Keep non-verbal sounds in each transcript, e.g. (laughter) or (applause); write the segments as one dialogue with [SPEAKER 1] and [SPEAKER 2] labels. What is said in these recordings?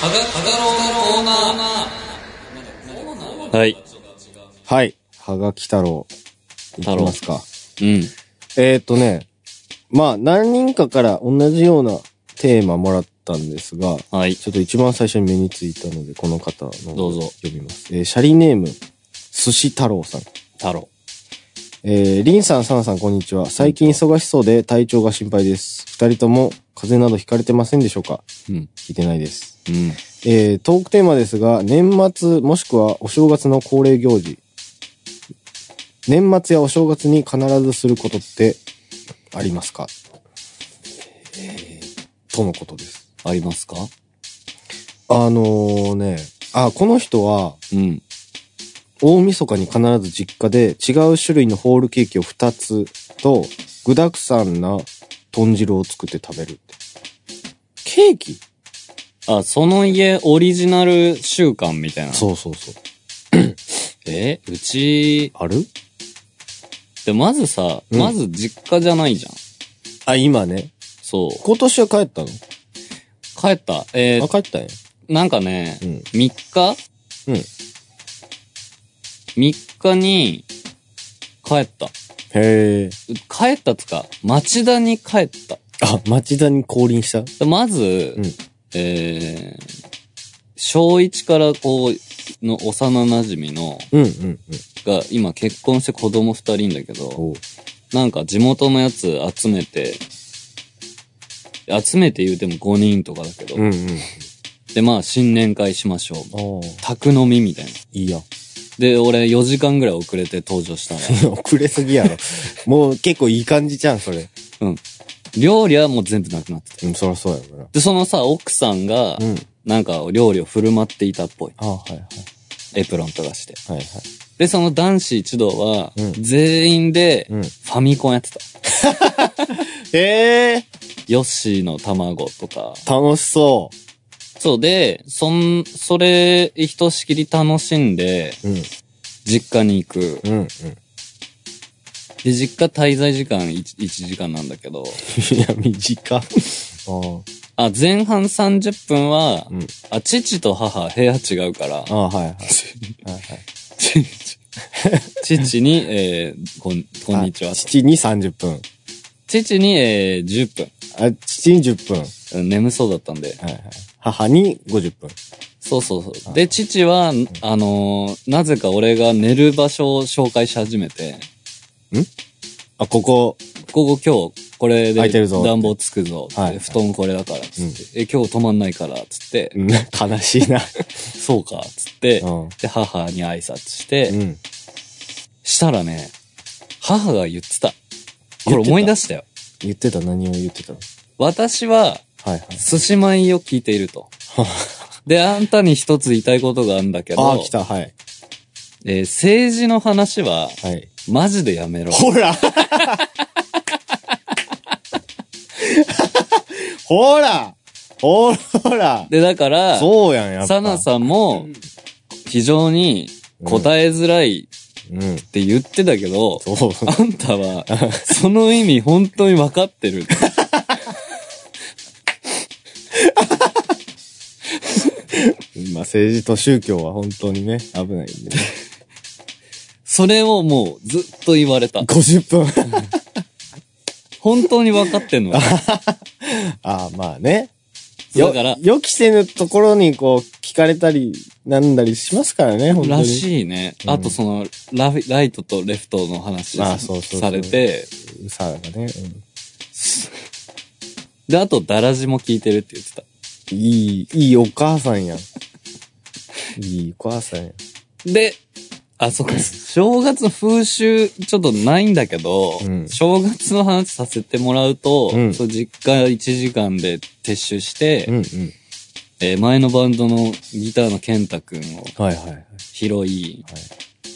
[SPEAKER 1] はが、はがろうのコーナー。
[SPEAKER 2] はい。
[SPEAKER 3] はい。はがき太郎。いき
[SPEAKER 2] 太郎
[SPEAKER 3] ますか。
[SPEAKER 2] うん。
[SPEAKER 3] えーっ、とね。まあ、何人かから同じようなテーマもらったんですが、
[SPEAKER 2] はい。
[SPEAKER 3] ちょっと一番最初に目についたので、この方の。
[SPEAKER 2] どうぞ。
[SPEAKER 3] 呼びます。えーシャリネーム、寿司太郎さん。
[SPEAKER 2] 太郎。
[SPEAKER 3] えー、リンさん、サナさん、こんにちは。最近忙しそうで体調が心配です。二人とも風邪などひかれてませんでしょうか
[SPEAKER 2] うん。
[SPEAKER 3] 聞いてないです。
[SPEAKER 2] うん。
[SPEAKER 3] えー、トークテーマですが、年末もしくはお正月の恒例行事。年末やお正月に必ずすることってありますか、えーとのことです。
[SPEAKER 2] ありますか
[SPEAKER 3] あのーね、あ、この人は
[SPEAKER 2] うん。
[SPEAKER 3] 大晦日に必ず実家で違う種類のホールケーキを2つと具沢山な豚汁を作って食べるって。ケーキ
[SPEAKER 2] あ、その家オリジナル習慣みたいな。う。
[SPEAKER 3] そうそうそう。
[SPEAKER 2] えうち、
[SPEAKER 3] ある
[SPEAKER 2] で、まずさ、
[SPEAKER 3] うん
[SPEAKER 2] まず実家じゃないじゃん。
[SPEAKER 3] あ、今ね。
[SPEAKER 2] そう。
[SPEAKER 3] 今年は帰ったの
[SPEAKER 2] 帰った。えー
[SPEAKER 3] あ、帰ったんや。
[SPEAKER 2] なんかね、
[SPEAKER 3] うん。
[SPEAKER 2] 3日
[SPEAKER 3] うん。
[SPEAKER 2] 3日に、帰った。
[SPEAKER 3] へえ。
[SPEAKER 2] 帰ったつか、町田に帰った。
[SPEAKER 3] あ、町田に降臨した
[SPEAKER 2] でまず、
[SPEAKER 3] うん
[SPEAKER 2] えー、小一からこう、の幼馴染の、
[SPEAKER 3] うんうん
[SPEAKER 2] が今結婚して子供二人いんだけど、
[SPEAKER 3] おう
[SPEAKER 2] なんか地元のやつ集めて、集めて言うても5人とかだけど、
[SPEAKER 3] んうん。
[SPEAKER 2] でまあ新年会しましょう。
[SPEAKER 3] ああ。
[SPEAKER 2] 宅飲みみたいな。
[SPEAKER 3] いいや。 (laughs)
[SPEAKER 2] で、俺4時間ぐらい遅れて登場したの。
[SPEAKER 3] 遅れすぎやろ。もう結構いい感じじゃん、それ。
[SPEAKER 2] 料理はもう全部なくなってて。
[SPEAKER 3] うん、そりゃそうやろな。
[SPEAKER 2] で、そのさ、奥さんが、
[SPEAKER 3] うん。
[SPEAKER 2] なんか料理を振る舞っていたっぽい。
[SPEAKER 3] あはいはい。
[SPEAKER 2] エプロンとかして。
[SPEAKER 3] はいはい。
[SPEAKER 2] で、その男子一同は、
[SPEAKER 3] うん
[SPEAKER 2] 全員で、
[SPEAKER 3] う
[SPEAKER 2] フ
[SPEAKER 3] ん
[SPEAKER 2] ァミコンやってた。
[SPEAKER 3] ええ
[SPEAKER 2] ヨッシーの卵とか。
[SPEAKER 3] 楽しそ
[SPEAKER 2] そうで、そん、それ、ひとしきり楽しんで、
[SPEAKER 3] う。うん。
[SPEAKER 2] 実家に行く。
[SPEAKER 3] (laughs) うんうん。
[SPEAKER 2] で、実家滞在時間 1, 時間なんだけど、
[SPEAKER 3] いや、 (laughs) 短。ああ。
[SPEAKER 2] あ、前半30分は、
[SPEAKER 3] うん
[SPEAKER 2] あ、父と母、部屋違うから、
[SPEAKER 3] あはいはい。はいはい。
[SPEAKER 2] 父 (laughs) 父に、えーこん、こんにちは
[SPEAKER 3] あ
[SPEAKER 2] と。
[SPEAKER 3] 父に30分。
[SPEAKER 2] 父に、えー10分
[SPEAKER 3] あ、父に10分。は
[SPEAKER 2] うん。眠そうだったんで。
[SPEAKER 3] いはい。母に50分。
[SPEAKER 2] そうそうそう。で、父は、あのーなぜか俺が寝る場所を紹介し始めて、
[SPEAKER 3] あ、ここ。
[SPEAKER 2] ここ今日、これ
[SPEAKER 3] 空いて
[SPEAKER 2] で
[SPEAKER 3] るぞ
[SPEAKER 2] 暖房つくぞって、
[SPEAKER 3] はい
[SPEAKER 2] 布団これだから、つって、え、今日泊まんないから、つって、
[SPEAKER 3] うん、 (laughs) 悲しいな。
[SPEAKER 2] そうか、つって、
[SPEAKER 3] ん。
[SPEAKER 2] で、母に挨拶して、
[SPEAKER 3] うん。
[SPEAKER 2] したらね、母が言ってた。これ
[SPEAKER 3] 言ってた
[SPEAKER 2] 思い出したよ。
[SPEAKER 3] 言ってた何を言ってたの
[SPEAKER 2] 私は、
[SPEAKER 3] はいはい。
[SPEAKER 2] 寿司米を聞いている
[SPEAKER 3] (laughs)
[SPEAKER 2] と。で、あんたに一つ言いたいことがあるんだけ
[SPEAKER 3] ああ、
[SPEAKER 2] ど
[SPEAKER 3] 来、た。はい。
[SPEAKER 2] えー政治の話は、
[SPEAKER 3] はい。
[SPEAKER 2] マジでやめろ。
[SPEAKER 3] ほら (laughs) ほらほら
[SPEAKER 2] で、だから、
[SPEAKER 3] そうやん、やっぱ。
[SPEAKER 2] サナさんも、非常に答えづらい
[SPEAKER 3] うん。
[SPEAKER 2] って言ってたけど、
[SPEAKER 3] そう。
[SPEAKER 2] あんたは、 (laughs) その意味本当に分かって
[SPEAKER 3] (laughs)
[SPEAKER 2] る。
[SPEAKER 3] まあ、政治と宗教は本当にね、危ないんでね。
[SPEAKER 2] それをもうずっと言われた。
[SPEAKER 3] 50分。
[SPEAKER 2] 本当に分かってんのか。
[SPEAKER 3] (laughs) ああ、まあね。
[SPEAKER 2] だから、
[SPEAKER 3] 予期せぬところにこう、聞かれたり、なんだりしますからね、本当に。
[SPEAKER 2] らしいね。
[SPEAKER 3] うん
[SPEAKER 2] あとそのラフ、ライトとレフトの話
[SPEAKER 3] あそうそうそう
[SPEAKER 2] されて、
[SPEAKER 3] さあがね、うん
[SPEAKER 2] で、あと、だらじも聞いてるって言ってた。
[SPEAKER 3] いい、いいお母さんやん。いいお母さんやん。
[SPEAKER 2] で、あ、そっか、正月の風習、ちょっとないんだけど、
[SPEAKER 3] うん
[SPEAKER 2] 正月の話させてもらうと、
[SPEAKER 3] うん
[SPEAKER 2] そう実家1時間で撤収して、
[SPEAKER 3] うんうん。
[SPEAKER 2] えー前のバンドのギターの健太くんを
[SPEAKER 3] はいはいはい。
[SPEAKER 2] 拾い、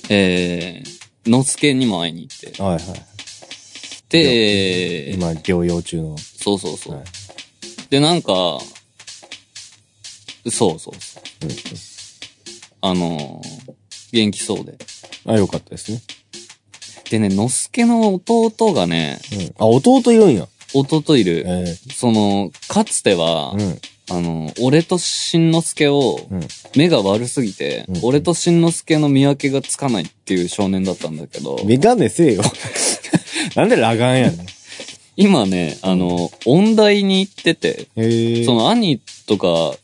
[SPEAKER 2] えー、のすけにも会いに行って、
[SPEAKER 3] はいはい。
[SPEAKER 2] で、えー
[SPEAKER 3] 今、療養中の。
[SPEAKER 2] そうそうそう。
[SPEAKER 3] はい
[SPEAKER 2] で、なんか、そうそうそう。あのー元気そうで。
[SPEAKER 3] あ、よかったですね。
[SPEAKER 2] でね、のすけの弟がね、
[SPEAKER 3] うん。あ、弟いるんや。
[SPEAKER 2] 弟いる、
[SPEAKER 3] え
[SPEAKER 2] その、かつては
[SPEAKER 3] う、ん。
[SPEAKER 2] あの、俺としんのすけを、
[SPEAKER 3] うん。
[SPEAKER 2] 目が悪すぎて、
[SPEAKER 3] うん
[SPEAKER 2] 俺としんのすけの見分けがつかないっていう少年だったんだけど、
[SPEAKER 3] メガネせえよ。 (laughs) なんで裸眼やねん。
[SPEAKER 2] 今ね、あの、音大に行ってて、
[SPEAKER 3] へえ。
[SPEAKER 2] その兄とか、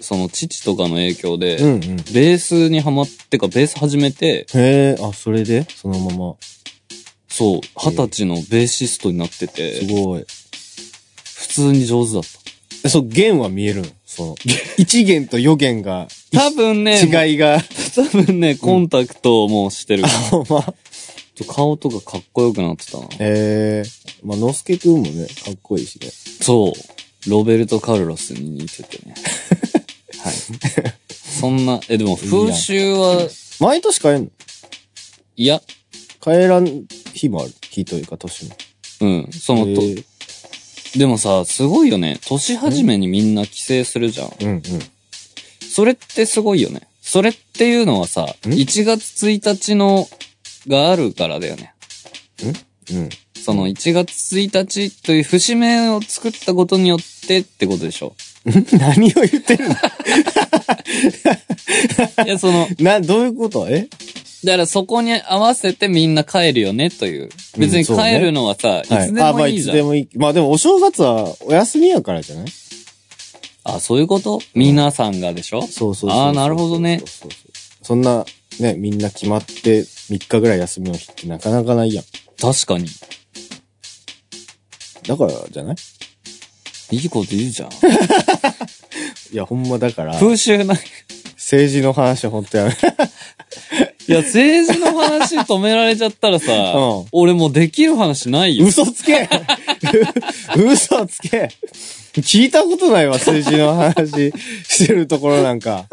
[SPEAKER 2] その父とかの影響で、
[SPEAKER 3] うんうん。へ
[SPEAKER 2] ベースにハマってか、ベース始めて、
[SPEAKER 3] え、あ、それでそのまま。
[SPEAKER 2] そう、二十歳のベーシストになって
[SPEAKER 3] す
[SPEAKER 2] て、
[SPEAKER 3] ごい。
[SPEAKER 2] 普通に上手だった。
[SPEAKER 3] え、そう、弦は見えるのそ
[SPEAKER 2] (laughs)
[SPEAKER 3] の、一弦と四弦が、
[SPEAKER 2] 多分ね、もう
[SPEAKER 3] 違いが、 (laughs)
[SPEAKER 2] 多分ね、コンタクトをもうしてる。
[SPEAKER 3] ほんま。
[SPEAKER 2] 顔とかかっこよくなってたな。
[SPEAKER 3] ええまあ、のすけくんもね、かっこいいしね。
[SPEAKER 2] そう。ロベルト・カルロスに似てて
[SPEAKER 3] (laughs)
[SPEAKER 2] ね。はい。そんな、え、でも風習は、
[SPEAKER 3] 毎年変えんの
[SPEAKER 2] いや、
[SPEAKER 3] 変えらん日もある。日というか年も。
[SPEAKER 2] うん、そのと、
[SPEAKER 3] へえ
[SPEAKER 2] でもさ、すごいよね。年始めにみんな帰省するじゃん。
[SPEAKER 3] うんうん。
[SPEAKER 2] それってすごいよね。それっていうのはさ、
[SPEAKER 3] ん
[SPEAKER 2] 1月1日の、があるからだよね。
[SPEAKER 3] うん。
[SPEAKER 2] その1月1日という節目を作ったことによってってことでしょ。
[SPEAKER 3] (laughs) 何を言って
[SPEAKER 2] (laughs)
[SPEAKER 3] んの
[SPEAKER 2] いや、その、
[SPEAKER 3] な、どういうことえ
[SPEAKER 2] だからそこに合わせてみんな帰るよねという。別
[SPEAKER 3] うん
[SPEAKER 2] に
[SPEAKER 3] そうね
[SPEAKER 2] 帰るのはさ、いつで
[SPEAKER 3] あ、ま
[SPEAKER 2] も
[SPEAKER 3] あ、
[SPEAKER 2] いい
[SPEAKER 3] い
[SPEAKER 2] じ
[SPEAKER 3] つ
[SPEAKER 2] ゃん。
[SPEAKER 3] でもいい。まあ、でもお正月はお休みやからじゃない
[SPEAKER 2] あ、そういうこと皆さんがでしょ
[SPEAKER 3] そうそうそうそう
[SPEAKER 2] あーなるほどね
[SPEAKER 3] そうそうそうそんな、ね、みんな決まって3日ぐらい休みの日ってなかなかないやん。
[SPEAKER 2] 確かに。
[SPEAKER 3] だからじゃない
[SPEAKER 2] いいこと言うじゃん。
[SPEAKER 3] いや、ほんまだから、
[SPEAKER 2] 風習ない。
[SPEAKER 3] 政治の話ほんとやめ。
[SPEAKER 2] いや、 (laughs) 政治の話止められちゃったらさ、
[SPEAKER 3] うん
[SPEAKER 2] 俺もうできる話ない (laughs) よ。
[SPEAKER 3] 嘘つけ (laughs) 嘘つけ聞いたことないわ、政治の話してるところなんか。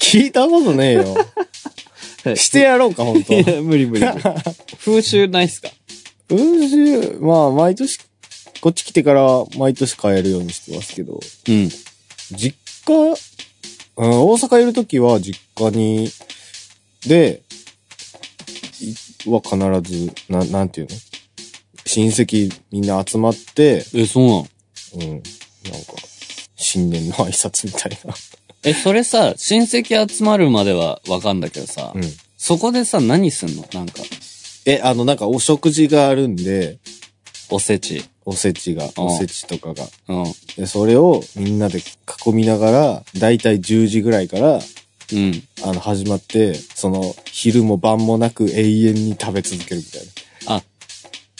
[SPEAKER 3] 聞いたことねえよ。してやろうか、ほんと。
[SPEAKER 2] (laughs) いや、無理無理無理。風習ないっすか
[SPEAKER 3] うんし、まあ、毎年、こっち来てから毎年変えるようにしてますけど、
[SPEAKER 2] うん。
[SPEAKER 3] 実家、うん、大阪いるときは実家に、で、いは必ず、な、なんていうの親戚みんな集まって、
[SPEAKER 2] え、そうなの
[SPEAKER 3] うん、なんか、新年の挨拶みたいな。
[SPEAKER 2] え、それさ、親戚集まるまではわかんだけどさ、
[SPEAKER 3] うん。
[SPEAKER 2] そこでさ、何すんのなんか、
[SPEAKER 3] え、あの、なんかお食事があるんで、
[SPEAKER 2] おせち。
[SPEAKER 3] おせちが、
[SPEAKER 2] うん
[SPEAKER 3] おせちとかが。
[SPEAKER 2] うん。
[SPEAKER 3] で、それをみんなで囲みながら、だいたい10時ぐらいから、
[SPEAKER 2] うん。
[SPEAKER 3] あの、始まって、その、昼も晩もなく永遠に食べ続けるみたいな。
[SPEAKER 2] あ、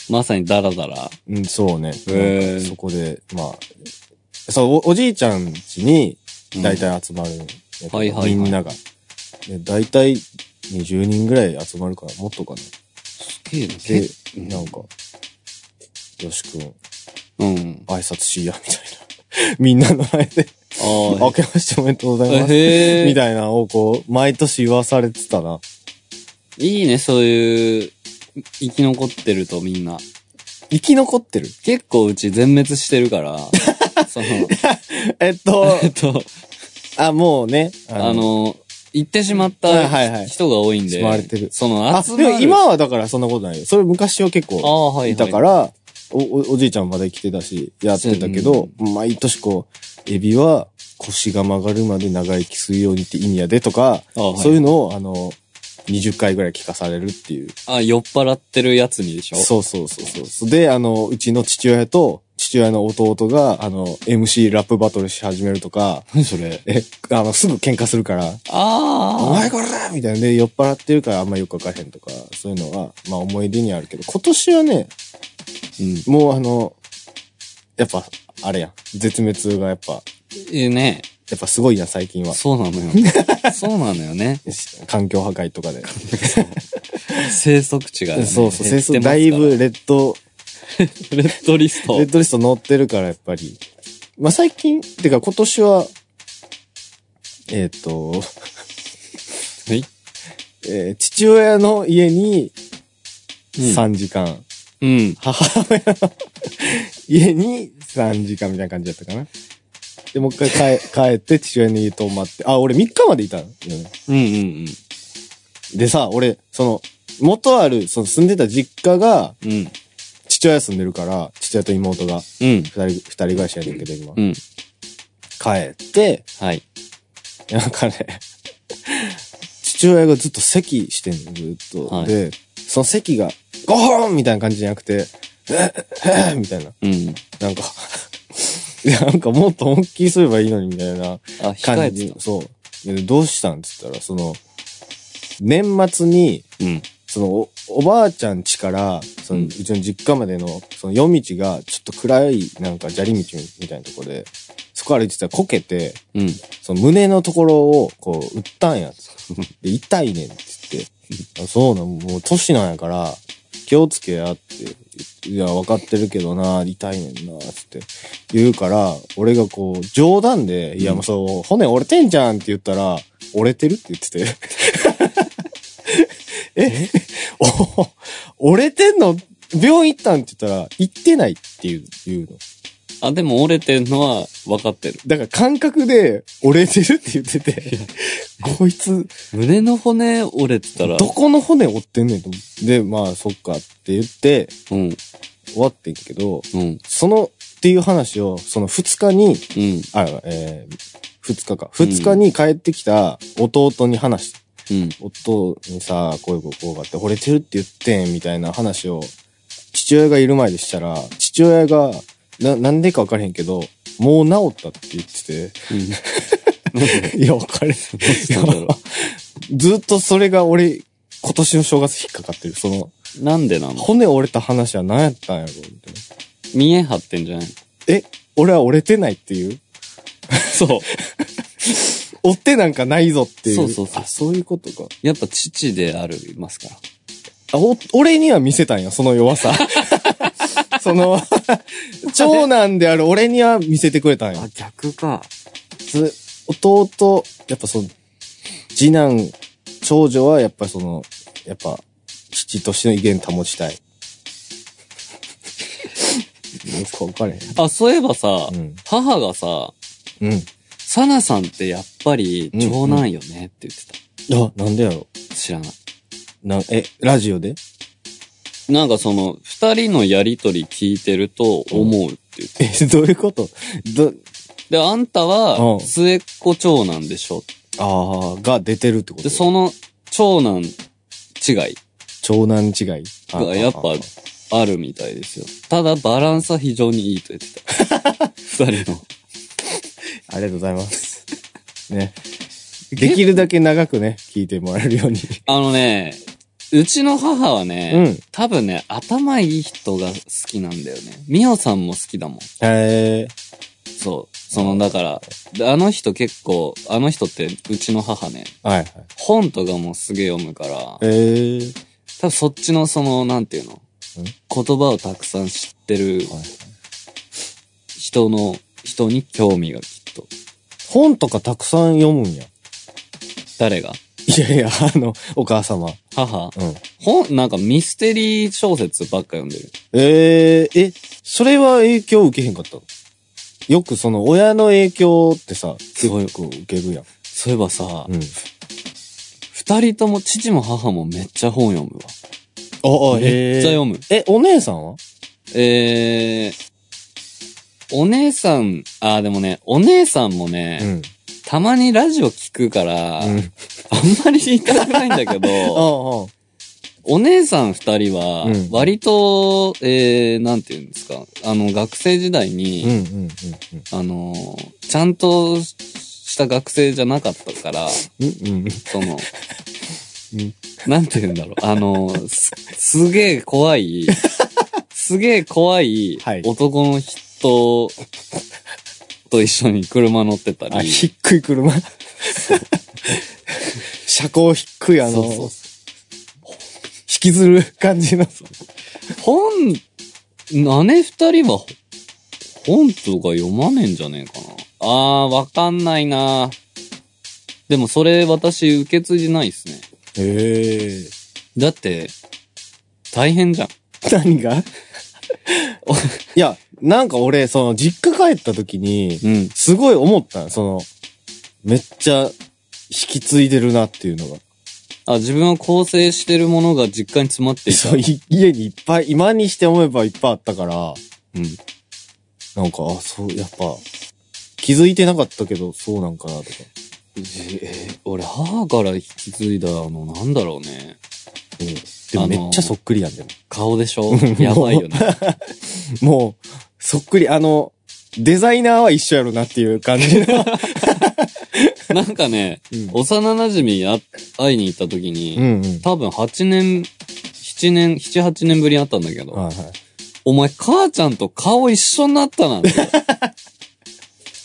[SPEAKER 2] まさにダラダラ。
[SPEAKER 3] うん、そうね。
[SPEAKER 2] へー
[SPEAKER 3] なんかそこで、まあ、そう、おおじいちゃん家に、だいたい集まるんやけど、
[SPEAKER 2] はいはいはい
[SPEAKER 3] みんなが。で、だいたい20人ぐらい集まるから、もっとかな。
[SPEAKER 2] すげえな。
[SPEAKER 3] で
[SPEAKER 2] け、
[SPEAKER 3] なんか、よしくん、
[SPEAKER 2] うん。
[SPEAKER 3] 挨拶しや、みたいな。 (laughs) みんなの前で、
[SPEAKER 2] あ
[SPEAKER 3] 明けましておめでとうございます。
[SPEAKER 2] へー
[SPEAKER 3] みたいなのをこう、毎年言わされてたな。
[SPEAKER 2] あ、いいね、そういう、生き残ってるとみんな。
[SPEAKER 3] 生き残ってる
[SPEAKER 2] 結構うち全滅してるから、その、
[SPEAKER 3] えっと
[SPEAKER 2] え、っと、
[SPEAKER 3] (laughs) あ、もうね。
[SPEAKER 2] あ、の、行ってしまっ
[SPEAKER 3] はいはいは
[SPEAKER 2] た
[SPEAKER 3] い
[SPEAKER 2] 人が多いんで、
[SPEAKER 3] しまわれてる
[SPEAKER 2] その、
[SPEAKER 3] あ、
[SPEAKER 2] 集
[SPEAKER 3] で
[SPEAKER 2] ま
[SPEAKER 3] も
[SPEAKER 2] る。
[SPEAKER 3] 今はだからそんなことないよ。それ昔は結
[SPEAKER 2] あ
[SPEAKER 3] 構
[SPEAKER 2] あ、はい、はい。
[SPEAKER 3] いたから、お、お、おじいちゃんまで来てたし、やってたけど、毎年こう、エビは腰が曲がるまで長生きするようにって意味やでとか、
[SPEAKER 2] あはい
[SPEAKER 3] そういうのを、あの、20回ぐらい聞かされるっていう。
[SPEAKER 2] あ、酔っ払ってるやつにでしょ
[SPEAKER 3] そうそうそうそう。で、あの、うちの父親と、父親の弟が、あの、MC ラップバトルし始めるとか、
[SPEAKER 2] 何それ。
[SPEAKER 3] え、あの、すぐ喧嘩するから、お
[SPEAKER 2] ああ。
[SPEAKER 3] 前こらみたいな。で、酔っ払ってるからあんまよくわかへんとか、そういうのが、まあ思い出にあるけど、今年はね、
[SPEAKER 2] うん。
[SPEAKER 3] もうあの、やっぱ、あれやん、絶滅がやっぱ、
[SPEAKER 2] え、ね
[SPEAKER 3] やっぱすごいやん、最近は。
[SPEAKER 2] そうなの
[SPEAKER 3] (laughs)
[SPEAKER 2] よ。そうなのよね。
[SPEAKER 3] 環境破壊とかで。
[SPEAKER 2] 生息地が、ね。
[SPEAKER 3] そうそう、
[SPEAKER 2] 減って
[SPEAKER 3] 戦
[SPEAKER 2] ますから
[SPEAKER 3] 争だいぶ、レッド、
[SPEAKER 2] レッドリスト
[SPEAKER 3] レ。ッドリスト乗ってるから、やっぱり。まあ最近、てか今年は、えっ、と、
[SPEAKER 2] はい。
[SPEAKER 3] えー父親の家に3時間。
[SPEAKER 2] うん。
[SPEAKER 3] 母親の家に3時間みたいな感じだったかな。で、もう一
[SPEAKER 2] (laughs)
[SPEAKER 3] 回帰帰って父親の家泊まって、あ、俺3日までいたのよね。
[SPEAKER 2] うんうん
[SPEAKER 3] でさ、俺、その、元ある、その住んでた実家が、
[SPEAKER 2] うん。うん。
[SPEAKER 3] 父親住んでるから、父親と妹が、
[SPEAKER 2] うん。
[SPEAKER 3] 二人、二人暮らしやねんけど、今。
[SPEAKER 2] うん。
[SPEAKER 3] 帰って、
[SPEAKER 2] はい。
[SPEAKER 3] なんかね、父親がずっと咳してんの、ずっと。
[SPEAKER 2] はい
[SPEAKER 3] で、その咳が、ゴホーンみたいな感じじゃなくて、えっ、えっ、みたいな。
[SPEAKER 2] うん。
[SPEAKER 3] なんか、 (laughs) なんかもっと本気すればいいのに、みたいな
[SPEAKER 2] あ、控え
[SPEAKER 3] 感
[SPEAKER 2] て
[SPEAKER 3] じ
[SPEAKER 2] た。。
[SPEAKER 3] そう。でどうしたんって言ったら、その、年末に、
[SPEAKER 2] うん。
[SPEAKER 3] そのお、おばあちゃん家から、その、
[SPEAKER 2] う
[SPEAKER 3] うんちの実家までの、その夜道が、ちょっと暗い、なんか砂利道みたいなとこで、そこ歩いてたらこけて、
[SPEAKER 2] うん。
[SPEAKER 3] その胸のところを、こう、打ったんやつ。 (laughs) で、痛いねんって言って、あそうなん、もう歳なんやから、気をつけやって、いや、分かってるけどな、痛いねんな、つって言うから、俺がこう、冗談で、いや、もうそう、骨折れてんじゃんって言ったら、折れてるって言ってて。 (laughs) え (laughs) お折れてんの病院行ったんって言ったら、行ってないっていう、言うの。
[SPEAKER 2] あ、でも折れてんのは分かってる。
[SPEAKER 3] だから感覚で折れてるって言ってて、こいつ、
[SPEAKER 2] 胸の骨折れてたら、
[SPEAKER 3] どこの骨折ってんねんと思って。で、まあ、そっかって言って、
[SPEAKER 2] うん。
[SPEAKER 3] 終わってんけど、
[SPEAKER 2] うん。
[SPEAKER 3] その、っていう話を、その2日に、
[SPEAKER 2] うん。
[SPEAKER 3] あ、えー、2日か。2日に帰ってきた弟に話した。
[SPEAKER 2] うん。
[SPEAKER 3] 夫にさ、こういうこうこうがあって、惚れてるって言ってん、みたいな話を、父親がいる前でしたら、父親が、な、なんでかわからへんけど、もう治ったって言って
[SPEAKER 2] うん。
[SPEAKER 3] て、いや、わかれへん。
[SPEAKER 2] なんだろ
[SPEAKER 3] ずっとそれが俺、今年の正月引っかかってる。その、
[SPEAKER 2] う。なんでなの
[SPEAKER 3] 骨折れた話は何やったんやろみたいな。
[SPEAKER 2] 見え張ってんじゃない
[SPEAKER 3] え、俺は折れてないっていう
[SPEAKER 2] そう。
[SPEAKER 3] 折ってなんかないぞっていう。
[SPEAKER 2] そうそうそう
[SPEAKER 3] あ、そういうことか。
[SPEAKER 2] やっぱ父である、いますから。
[SPEAKER 3] あ、お俺には見せたんや、その弱
[SPEAKER 2] (laughs)
[SPEAKER 3] さ。その、長男である俺には見せてくれたんや。、
[SPEAKER 2] 逆か。
[SPEAKER 3] つ弟、やっぱその、次男、長女はやっぱその、やっぱ、父としての威厳保
[SPEAKER 2] (laughs)
[SPEAKER 3] ちたい。よくわかれへん。
[SPEAKER 2] あ、そういえばさ、
[SPEAKER 3] うん
[SPEAKER 2] 母がさ、
[SPEAKER 3] うん。
[SPEAKER 2] サナさんってやっぱり長男よねって言ってた。
[SPEAKER 3] あ、なんでやろ
[SPEAKER 2] 知らない。
[SPEAKER 3] な、え、ラジオで (laughs)
[SPEAKER 2] なんかその、二人のやりとり聞いてると思うって言って。
[SPEAKER 3] え、どういうことど、
[SPEAKER 2] で、あんた
[SPEAKER 3] う
[SPEAKER 2] は
[SPEAKER 3] ん
[SPEAKER 2] 末っ子長男でしょ。
[SPEAKER 3] ああ、が出てるってこ
[SPEAKER 2] で、
[SPEAKER 3] と
[SPEAKER 2] その長男違い
[SPEAKER 3] 長男違い。あ
[SPEAKER 2] がやっぱ
[SPEAKER 3] ああ
[SPEAKER 2] あるみたいですよ。ただバランスは非常にいいと言ってた。
[SPEAKER 3] (laughs)
[SPEAKER 2] 二人の。
[SPEAKER 3] ありがとうございます。 (laughs) ね。できるだけ長くね、聞いてもらえるように。
[SPEAKER 2] あのね、うちの母はね、
[SPEAKER 3] うん
[SPEAKER 2] 多分ね、頭いい人が好きなんだよね。みおさんも好きだもん。
[SPEAKER 3] へえ。
[SPEAKER 2] そう。その、だから、であの人結構、あの人ってうちの母ね、
[SPEAKER 3] はいはい。
[SPEAKER 2] 本とかもすげえ読むから、
[SPEAKER 3] へえ。
[SPEAKER 2] 多分そっちのその、なんていうの言葉をたくさん知ってる
[SPEAKER 3] はい
[SPEAKER 2] 人の、人に興味がきっと。
[SPEAKER 3] 本とかたくさん読むんや。
[SPEAKER 2] 誰が
[SPEAKER 3] いやいや、あの、お母様。
[SPEAKER 2] 母
[SPEAKER 3] うん。
[SPEAKER 2] 本、なんかミステリー小説ばっか読んでる。
[SPEAKER 3] えええ、それは影響受けへんかったのよくその親の影響ってさ、結
[SPEAKER 2] そう
[SPEAKER 3] 構受けるやん。
[SPEAKER 2] そういえばさ、
[SPEAKER 3] うん。
[SPEAKER 2] 二人とも父も母もめっちゃ本読む
[SPEAKER 3] あ
[SPEAKER 2] わ。めっちゃ読む。
[SPEAKER 3] え、お姉さんは
[SPEAKER 2] えー、お姉さん、あー、でもね、お姉さんもね、
[SPEAKER 3] ん。
[SPEAKER 2] たまにラジオ聞くから、
[SPEAKER 3] う
[SPEAKER 2] あん
[SPEAKER 3] ん。
[SPEAKER 2] まり言いたくないんだけ
[SPEAKER 3] (laughs) あ
[SPEAKER 2] ど、
[SPEAKER 3] あ、ああ。
[SPEAKER 2] お姉さん二人は
[SPEAKER 3] うん、
[SPEAKER 2] 割と、えー、なんて言うんですか、あの、学生時代に、
[SPEAKER 3] うんうんうんうん。
[SPEAKER 2] あのー、ちゃんとした学生じゃなかったから、
[SPEAKER 3] うん (laughs) うん。
[SPEAKER 2] その
[SPEAKER 3] うん、
[SPEAKER 2] なんて言うんだろう、あのー、す、すげえ怖い、
[SPEAKER 3] (laughs)
[SPEAKER 2] すげえ怖い
[SPEAKER 3] はい
[SPEAKER 2] 男の人と一緒に車乗ってたり、
[SPEAKER 3] あ、低い車。 (laughs) 車高低い、あの、
[SPEAKER 2] そうそう
[SPEAKER 3] 引きずる感じの。
[SPEAKER 2] 本、姉二人は、本とか読まねえんじゃねえかな。あー、わかんないなでもそれ私受け継いでないっすね。
[SPEAKER 3] へえ。
[SPEAKER 2] だって、大変じゃん。
[SPEAKER 3] 何が (laughs) いや、なんか俺、その、実家帰った時に、
[SPEAKER 2] うん。
[SPEAKER 3] すごい思ったのその、めっちゃ、引き継いでるなっていうのが。
[SPEAKER 2] あ、自分は構成してるものが実家に詰まっていた。
[SPEAKER 3] そう、い家にいっぱい、今にして思えばいっぱいあったから、
[SPEAKER 2] うん。
[SPEAKER 3] なんか、あ、そう、やっぱ、気づいてなかったけど、そうなんかなとか。
[SPEAKER 2] え俺、母から引き継いだ、あの、なんだろうね。
[SPEAKER 3] うん。でも
[SPEAKER 2] あの
[SPEAKER 3] め
[SPEAKER 2] ー
[SPEAKER 3] っちゃそっくりやんでも。
[SPEAKER 2] 顔でしょやばいよね。
[SPEAKER 3] もう、そっくり、あの、デザイナーは一緒やろなっていう感じ
[SPEAKER 2] (laughs)
[SPEAKER 3] の。
[SPEAKER 2] なんかね、
[SPEAKER 3] うん
[SPEAKER 2] 幼馴染にあ会いに行った時に、
[SPEAKER 3] うんうん。
[SPEAKER 2] 多分8年、7年、7、8年ぶりに会ったんだけど、
[SPEAKER 3] はいはい。
[SPEAKER 2] お前、母ちゃんと顔一緒になった
[SPEAKER 3] (laughs)
[SPEAKER 2] なんて。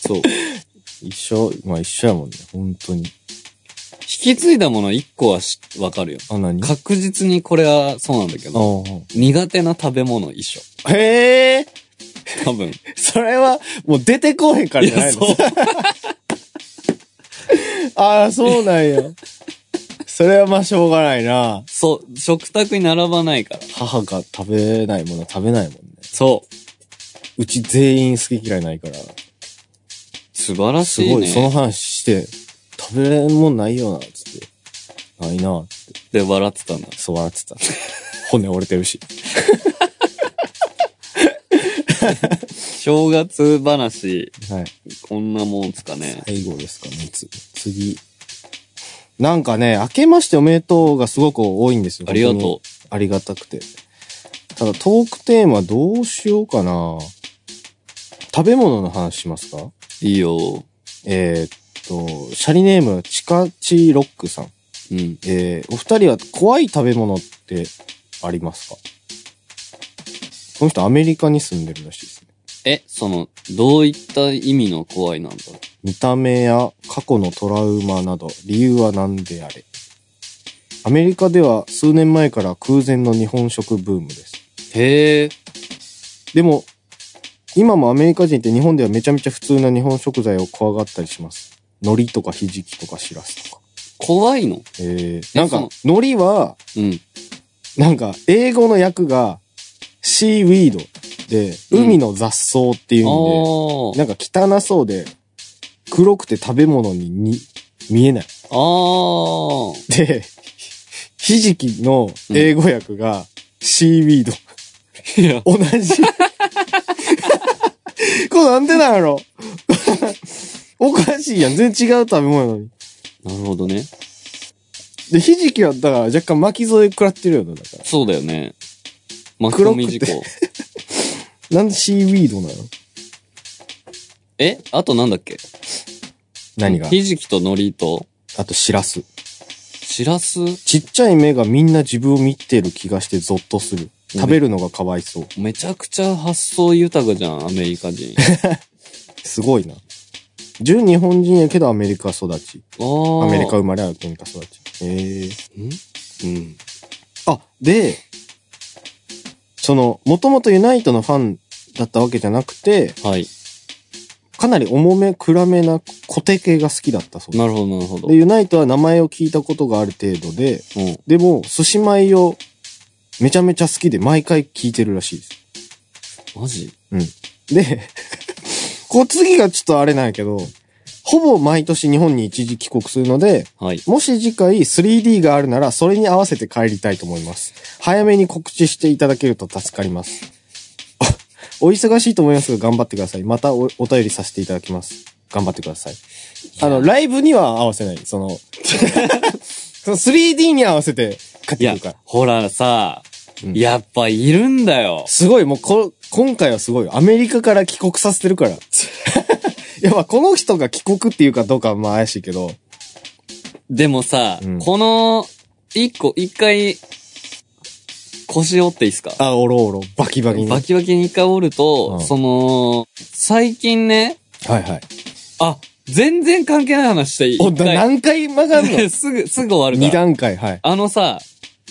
[SPEAKER 2] そう。
[SPEAKER 3] 一緒、まあ一緒やもんね。本当に。
[SPEAKER 2] 引き継いだもの1個はしわかるよ。
[SPEAKER 3] あ、何あ
[SPEAKER 2] 確実にこれはそうなんだけど、苦手な食べ物一緒。
[SPEAKER 3] あ。へえ、
[SPEAKER 2] 多分。
[SPEAKER 3] それは、もう出てこへんからじゃないの
[SPEAKER 2] いやそう
[SPEAKER 3] ああ、そうなん (laughs) や。それはまあしょうがないな。
[SPEAKER 2] そう、食卓に並ばないから。
[SPEAKER 3] 母が食べないものは食べないもんね。
[SPEAKER 2] そう。
[SPEAKER 3] うち全員好き嫌いないから。
[SPEAKER 2] 素晴ら
[SPEAKER 3] す
[SPEAKER 2] しい
[SPEAKER 3] ごい、
[SPEAKER 2] ね。
[SPEAKER 3] その話して、食べれんもんないよな、つって。ないな、
[SPEAKER 2] で笑ってたんだ。
[SPEAKER 3] そう笑ってた。骨折れてるし。
[SPEAKER 2] 正月話、
[SPEAKER 3] はい。
[SPEAKER 2] こんなもんすかね。
[SPEAKER 3] 最後ですかね、つ次。なんかね、明けましておめでとうがすごく多いんですよ。
[SPEAKER 2] ありが
[SPEAKER 3] 本当に
[SPEAKER 2] と
[SPEAKER 3] ありがたくて。ただトークテーマどうしようかな。食べ物の話しますか
[SPEAKER 2] う。いいよ。
[SPEAKER 3] えーっと、シャリネーム、チカチロックさん。
[SPEAKER 2] うん。
[SPEAKER 3] えーお二人は怖い食べ物ってありますかこの人アメリカに住んでるらしいですね。
[SPEAKER 2] え、その、どういった意味の怖いなんだ
[SPEAKER 3] 見た目や過去のトラウマなど理由は何であれアメリカでは数年前から空前の日本食ブームです
[SPEAKER 2] へえ。
[SPEAKER 3] でも今もアメリカ人って日本ではめちゃめちゃ普通な日本食材を怖がったりします海苔とかひじきとかしらすとか
[SPEAKER 2] 怖いの
[SPEAKER 3] えー、
[SPEAKER 2] え
[SPEAKER 3] なん
[SPEAKER 2] そ
[SPEAKER 3] か
[SPEAKER 2] の
[SPEAKER 3] 海苔は
[SPEAKER 2] うん。
[SPEAKER 3] なんか英語の訳がシーウィードで
[SPEAKER 2] うん
[SPEAKER 3] 海の雑草っていう
[SPEAKER 2] あ
[SPEAKER 3] ん
[SPEAKER 2] ー。
[SPEAKER 3] で、なんか汚そうで黒くて食べ物にに見えない
[SPEAKER 2] あー。
[SPEAKER 3] で、ひじきの英語訳が、シーウィード。
[SPEAKER 2] いや、
[SPEAKER 3] 同じ。 (laughs) これなんでなんやろ (laughs) おかしいやん。全然違う食べ物やのに。
[SPEAKER 2] なるほどね。
[SPEAKER 3] で、ひじきは、だから若干巻き添え食らってるよな、だから。
[SPEAKER 2] そうだよね。巻き込み事
[SPEAKER 3] 黒
[SPEAKER 2] 故。
[SPEAKER 3] なんでシーウィードなの
[SPEAKER 2] えあとなんだっけ
[SPEAKER 3] 何が
[SPEAKER 2] ひじきと海苔と、
[SPEAKER 3] あと、しらす。
[SPEAKER 2] しらす
[SPEAKER 3] ちっちゃい目がみんな自分を見てる気がしてゾッとする。食べるのがかわいそう。
[SPEAKER 2] めちゃくちゃ発想豊かじゃん、アメリカ
[SPEAKER 3] (laughs)
[SPEAKER 2] 人。
[SPEAKER 3] すごいな。純日本人やけどアメリカ育ち。
[SPEAKER 2] あー。
[SPEAKER 3] アメリカ生まれアメリカ育ち。へえ
[SPEAKER 2] うんうん。
[SPEAKER 3] あ、で、その、もともとユナイトのファンだったわけじゃなくて、
[SPEAKER 2] はい。
[SPEAKER 3] かなり重め、暗めなコテ系が好きだったそうで
[SPEAKER 2] なるほど、なるほ
[SPEAKER 3] す。
[SPEAKER 2] ど。
[SPEAKER 3] で、ユナイトは名前を聞いたことがある程度で、
[SPEAKER 2] うん。
[SPEAKER 3] でも、寿司米をめちゃめちゃ好きで毎回聞いてるらしいです。
[SPEAKER 2] マジ
[SPEAKER 3] で、こう次がちょっとあれなんやけど、ほぼ毎年日本に一時帰国するので、
[SPEAKER 2] はい。
[SPEAKER 3] もし次回 3D があるなら、それに合わせて帰りたいと思います。早めに告知していただけると助かります。おお忙しいと思いますが、頑張ってください。またおお便りさせていただきます。頑張ってください。あの、ライブには合わせない。その、 (laughs) その 3D に合わせて帰っ
[SPEAKER 2] い
[SPEAKER 3] てく
[SPEAKER 2] や
[SPEAKER 3] るから。、
[SPEAKER 2] ほらさ、
[SPEAKER 3] うん
[SPEAKER 2] やっぱいるんだよ。
[SPEAKER 3] すごい、もうこ、今回はすごい。アメリカから帰国させてるから。 (laughs) いや、まあ、この人が帰国っていうかどうかはまあ怪しいけど。
[SPEAKER 2] でもさ、
[SPEAKER 3] うん
[SPEAKER 2] この、一個、一回、腰折っていいっすか
[SPEAKER 3] あ、おろおろ、バキバキに。
[SPEAKER 2] バキバキに一回折ると、
[SPEAKER 3] うん
[SPEAKER 2] その、最近ね、
[SPEAKER 3] はいはい。
[SPEAKER 2] あ、全然関係ない話していい
[SPEAKER 3] お、
[SPEAKER 2] 一
[SPEAKER 3] な
[SPEAKER 2] 回
[SPEAKER 3] 何回曲がん
[SPEAKER 2] (laughs)
[SPEAKER 3] の
[SPEAKER 2] すぐ、すぐ終わる
[SPEAKER 3] 二
[SPEAKER 2] から。
[SPEAKER 3] 段階、はい。
[SPEAKER 2] あのさ、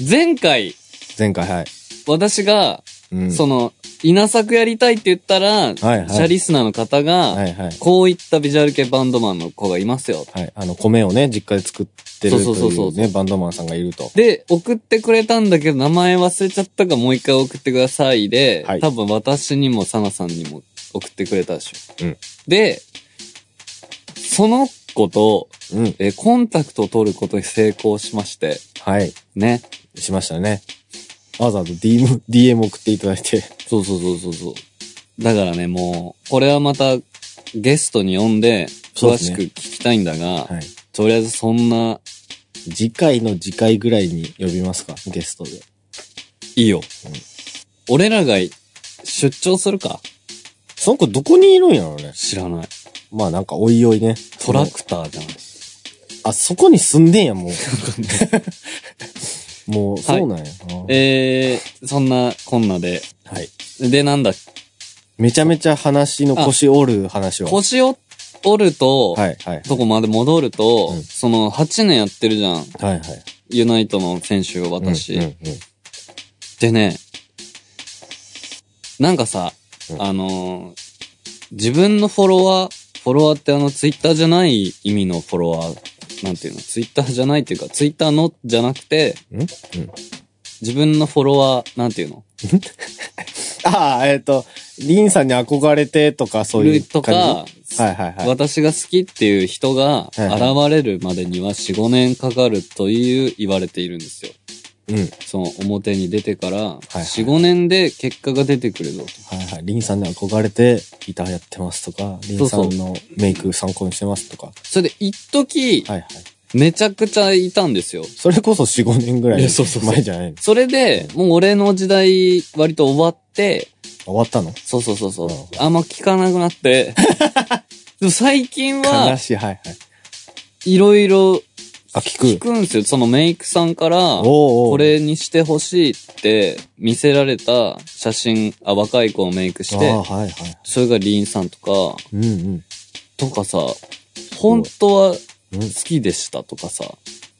[SPEAKER 2] 前回、
[SPEAKER 3] 前回、はい。
[SPEAKER 2] 私が、
[SPEAKER 3] うん
[SPEAKER 2] その、稲作やりたいって言ったら、
[SPEAKER 3] はいはい
[SPEAKER 2] シャリスナーの方が、
[SPEAKER 3] はいはい。
[SPEAKER 2] こういったビジュアル系バンドマンの子がいますよ。
[SPEAKER 3] はい。あの、米をね、実家で作ってるという、ね、
[SPEAKER 2] そうそうそうそ
[SPEAKER 3] バンドマンさんがいると。
[SPEAKER 2] で、送ってくれたんだけど、名前忘れちゃったからもう一回送ってくださいで、
[SPEAKER 3] はい
[SPEAKER 2] 多分私にもサナさんにも送ってくれたでしょ。
[SPEAKER 3] うん
[SPEAKER 2] で、その子と、
[SPEAKER 3] うん。
[SPEAKER 2] えーコンタクトを取ることに成功しまして、
[SPEAKER 3] はい。
[SPEAKER 2] ね。
[SPEAKER 3] しましたね。わざわざ DM、DM 送っていただいて。
[SPEAKER 2] そうそうそうそうそう。だからね、もう、これはまた、ゲストに呼んで、
[SPEAKER 3] そ
[SPEAKER 2] 詳
[SPEAKER 3] うです
[SPEAKER 2] し
[SPEAKER 3] ね
[SPEAKER 2] く聞きたいんだが、
[SPEAKER 3] はい。
[SPEAKER 2] とりあえずそんな、
[SPEAKER 3] 次回の次回ぐらいに呼びますかゲストで。
[SPEAKER 2] いいよ。俺らが出張するか
[SPEAKER 3] その子どこにいるんやろうね。
[SPEAKER 2] 知らない。
[SPEAKER 3] まあなんかおいおいね。
[SPEAKER 2] トラクターじゃない。
[SPEAKER 3] あ、そこに住んでんや、
[SPEAKER 2] (laughs)
[SPEAKER 3] もう。もう、そうなんや。はい。
[SPEAKER 2] えー、そんなこんなで。で、なんだっけ
[SPEAKER 3] めちゃめちゃ話の腰折る話を。
[SPEAKER 2] 腰を折ると、
[SPEAKER 3] はい、はい。
[SPEAKER 2] そこまで戻ると、
[SPEAKER 3] うん
[SPEAKER 2] その8年やってるじゃん。
[SPEAKER 3] はい、はい。
[SPEAKER 2] ユナイトの選手を私。
[SPEAKER 3] うんうんうん
[SPEAKER 2] でね、なんかさ、
[SPEAKER 3] うん
[SPEAKER 2] あのー自分のフォロワー、フォロワーってあのツイッターじゃない意味のフォロワー、なんていうのツイッターじゃないっていうか、ツイッターのじゃなくて、
[SPEAKER 3] んうん
[SPEAKER 2] 自分のフォロワー、なんていうの
[SPEAKER 3] ああ、えっ、と、リンさんに憧れてとかそういう感じ。
[SPEAKER 2] とか、
[SPEAKER 3] はいはいはい。
[SPEAKER 2] 私が好きっていう人が
[SPEAKER 3] い
[SPEAKER 2] 現れるまでには4、5年かかるという言われているんですよ。
[SPEAKER 3] うん。は
[SPEAKER 2] その表に出てから、
[SPEAKER 3] はい
[SPEAKER 2] 4、5年で結果が出てくるぞと。
[SPEAKER 3] いはい。リンさんに憧れてギターやってますとか、リンさんのメイク参考にしてますとか。
[SPEAKER 2] それで一時、
[SPEAKER 3] はいはい。
[SPEAKER 2] めちゃくちゃいたんですよ。
[SPEAKER 3] それこそ4、5年ぐらい
[SPEAKER 2] いやそうそうそう
[SPEAKER 3] 前じゃないの。
[SPEAKER 2] それで、もう俺の時代割と終わって、
[SPEAKER 3] 終わったの
[SPEAKER 2] そうそうそうそう
[SPEAKER 3] うん、
[SPEAKER 2] あんま聞かなくな
[SPEAKER 3] (laughs)
[SPEAKER 2] って、でも最近
[SPEAKER 3] 悲
[SPEAKER 2] は、
[SPEAKER 3] しい。はいはい。
[SPEAKER 2] いろいろ
[SPEAKER 3] あ、聞
[SPEAKER 2] 聞
[SPEAKER 3] く。
[SPEAKER 2] くんですよ。そのメイクさんから、
[SPEAKER 3] おうおう
[SPEAKER 2] これにしてほしいって見せられた写真、あ、若い子をメイクし
[SPEAKER 3] ああ、
[SPEAKER 2] て、
[SPEAKER 3] はいはい。
[SPEAKER 2] それがリンさんとか、
[SPEAKER 3] うんうん。
[SPEAKER 2] とかさ、本当は好
[SPEAKER 3] うん
[SPEAKER 2] きでしたとかさ、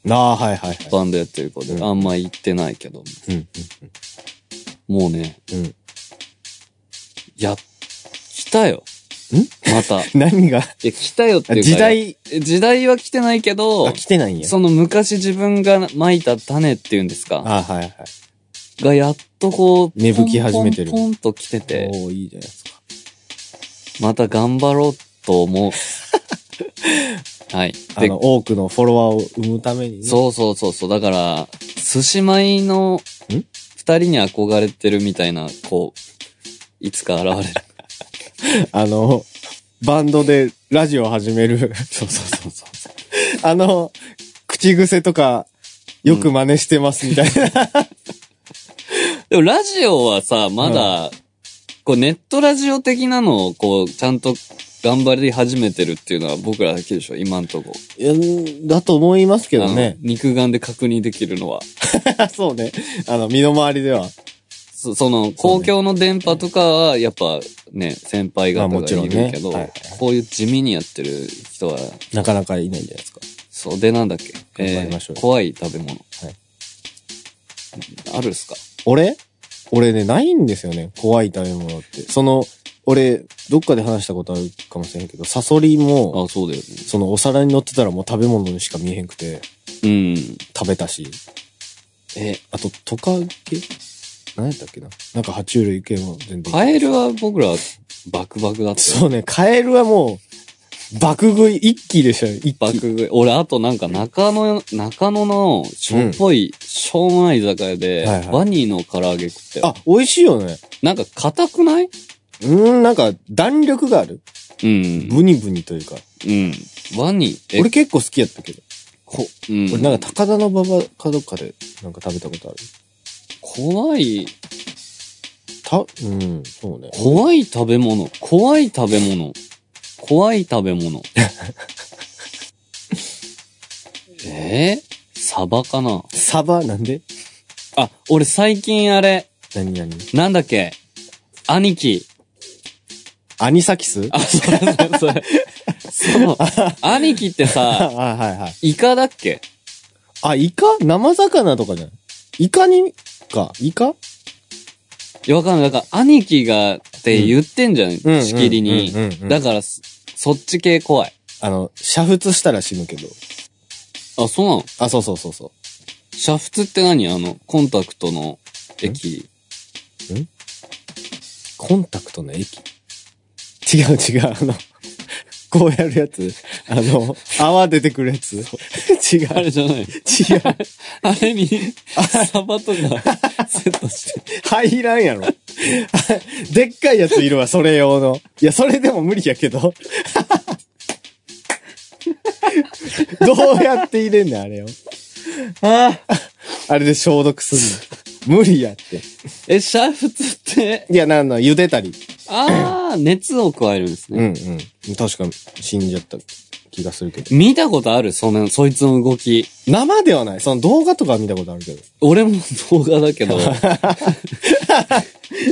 [SPEAKER 3] ああ、はいはいは
[SPEAKER 2] バンドやってる子で、
[SPEAKER 3] うん
[SPEAKER 2] あんま言ってないけど、
[SPEAKER 3] い。うん
[SPEAKER 2] もうね、
[SPEAKER 3] うんうん。
[SPEAKER 2] や、来たよ。また。
[SPEAKER 3] (laughs)
[SPEAKER 2] い
[SPEAKER 3] 何が
[SPEAKER 2] や、来たよっていうか。
[SPEAKER 3] 時代、
[SPEAKER 2] え時代は来てないけど
[SPEAKER 3] あ、、来てないんや。
[SPEAKER 2] その昔自分が蒔いた種っていうんですか、
[SPEAKER 3] ああ、はいはい。
[SPEAKER 2] がやっとこう、
[SPEAKER 3] 芽吹き始めてる
[SPEAKER 2] ポンポンポンと来てて、
[SPEAKER 3] おおいいじゃないですか。
[SPEAKER 2] また頑張ろうと思う。はい。
[SPEAKER 3] (laughs) あ
[SPEAKER 2] で
[SPEAKER 3] の、、多くのフォロワーを生むためにね。
[SPEAKER 2] そうそうそうそう。だから、寿司米の二人に憧れてるみたいな、こう、いつか現れる。
[SPEAKER 3] あの、バンドでラジオを始める。そう (laughs) そうそうそう。あの、口癖とか、よく真似してますみたいな。
[SPEAKER 2] でもラジオはさ、まだ、こうネットラジオ的なのをこう、ちゃんと頑張り始めてるっていうのは僕らだけでしょ、今んとこ。
[SPEAKER 3] うんだと思いますけどね
[SPEAKER 2] あの。肉眼で確認できるのは。
[SPEAKER 3] (laughs) そうね。あの、身の回りでは。
[SPEAKER 2] そその、公共の電波とかは、やっぱね、先輩方
[SPEAKER 3] まあ
[SPEAKER 2] が
[SPEAKER 3] もちろ
[SPEAKER 2] い
[SPEAKER 3] んね
[SPEAKER 2] るけど、
[SPEAKER 3] はいはい
[SPEAKER 2] こういう地味にやってる人は、
[SPEAKER 3] なかなかいないんじゃないですか。
[SPEAKER 2] そう、でなんだっけ
[SPEAKER 3] 考えましょうよ
[SPEAKER 2] 怖い食べ物。
[SPEAKER 3] い
[SPEAKER 2] あるっすか
[SPEAKER 3] 俺俺ね、ないんですよね。怖い食べ物って。その、俺、どっかで話したことあるかもしれんけど、サソリも、
[SPEAKER 2] あ、そうだよね。
[SPEAKER 3] そのお皿に乗ってたらもう食べ物にしか見えへんくて、
[SPEAKER 2] うん。
[SPEAKER 3] 食べたし。
[SPEAKER 2] え、
[SPEAKER 3] あと、トカゲ何やったっけななんか爬虫類系も全然。
[SPEAKER 2] カエルは僕ら、バクバクだったよ。
[SPEAKER 3] そうね、カエルはもう、爆食い、一気でしたよ、一
[SPEAKER 2] 爆
[SPEAKER 3] 気。
[SPEAKER 2] 食い。俺、あとなんか中野、中野のしょっぽい、しょうもない居酒屋で、
[SPEAKER 3] はいはい
[SPEAKER 2] ワニの唐揚げ食って。
[SPEAKER 3] あ、、美味しいよね。
[SPEAKER 2] なんか硬くないう
[SPEAKER 3] ーん、なんか弾力がある。
[SPEAKER 2] うん。
[SPEAKER 3] ブニブニというか。
[SPEAKER 2] うん。ワニ、え、
[SPEAKER 3] 俺結構好きやったけど。
[SPEAKER 2] こ、うん。
[SPEAKER 3] 俺なんか高田の馬場かどっかでなんか食べたことある。
[SPEAKER 2] 怖い、
[SPEAKER 3] た、うん、そうね。
[SPEAKER 2] 怖い食べ物、怖い食べ物、怖い食べ (laughs) 物。えー、サバかな
[SPEAKER 3] サバなんで
[SPEAKER 2] あ、俺最近あれ、
[SPEAKER 3] 何何
[SPEAKER 2] なんだっけ兄貴。
[SPEAKER 3] アニサキス
[SPEAKER 2] あ、それそれそれ。そう。兄貴って
[SPEAKER 3] あ
[SPEAKER 2] さ、
[SPEAKER 3] はいはい。
[SPEAKER 2] イカだっけ
[SPEAKER 3] あ、イカ生魚とかじゃないイカに、か、イカ
[SPEAKER 2] いや、わかんない。だから、兄貴がって言ってんじゃん、しきりに。だ
[SPEAKER 3] だ
[SPEAKER 2] から、そそっち系怖い。
[SPEAKER 3] あの、煮沸したら死ぬけど。
[SPEAKER 2] あ、そうなの
[SPEAKER 3] あ、そうそうそうそう。
[SPEAKER 2] 煮沸って何あの、コンタクトの液。
[SPEAKER 3] コンタクトの液違う違う、あの、こうやるやつあの、泡出てくるやつ違
[SPEAKER 2] (laughs) あ
[SPEAKER 3] う。
[SPEAKER 2] れじゃない。
[SPEAKER 3] 違う。
[SPEAKER 2] あれに、サバとか
[SPEAKER 3] (laughs)
[SPEAKER 2] セットして。
[SPEAKER 3] 入らんやろ。でっかいやついるわ、それ用の。いや、それでも無理やけど。どうやって入れんねん、あれを。ああ。あれで消毒すんの。無理やって。
[SPEAKER 2] え、シャーフツって、
[SPEAKER 3] いや、なんの、茹でたり。
[SPEAKER 2] あー、熱を加えるんです
[SPEAKER 3] う
[SPEAKER 2] ね。
[SPEAKER 3] んうん。確か死んじゃった気がするけど。
[SPEAKER 2] 見たことあるその、そいつの動き。
[SPEAKER 3] 生ではない。その動画とかは見たことあるけど。 (laughs)
[SPEAKER 2] 俺も動画だけど。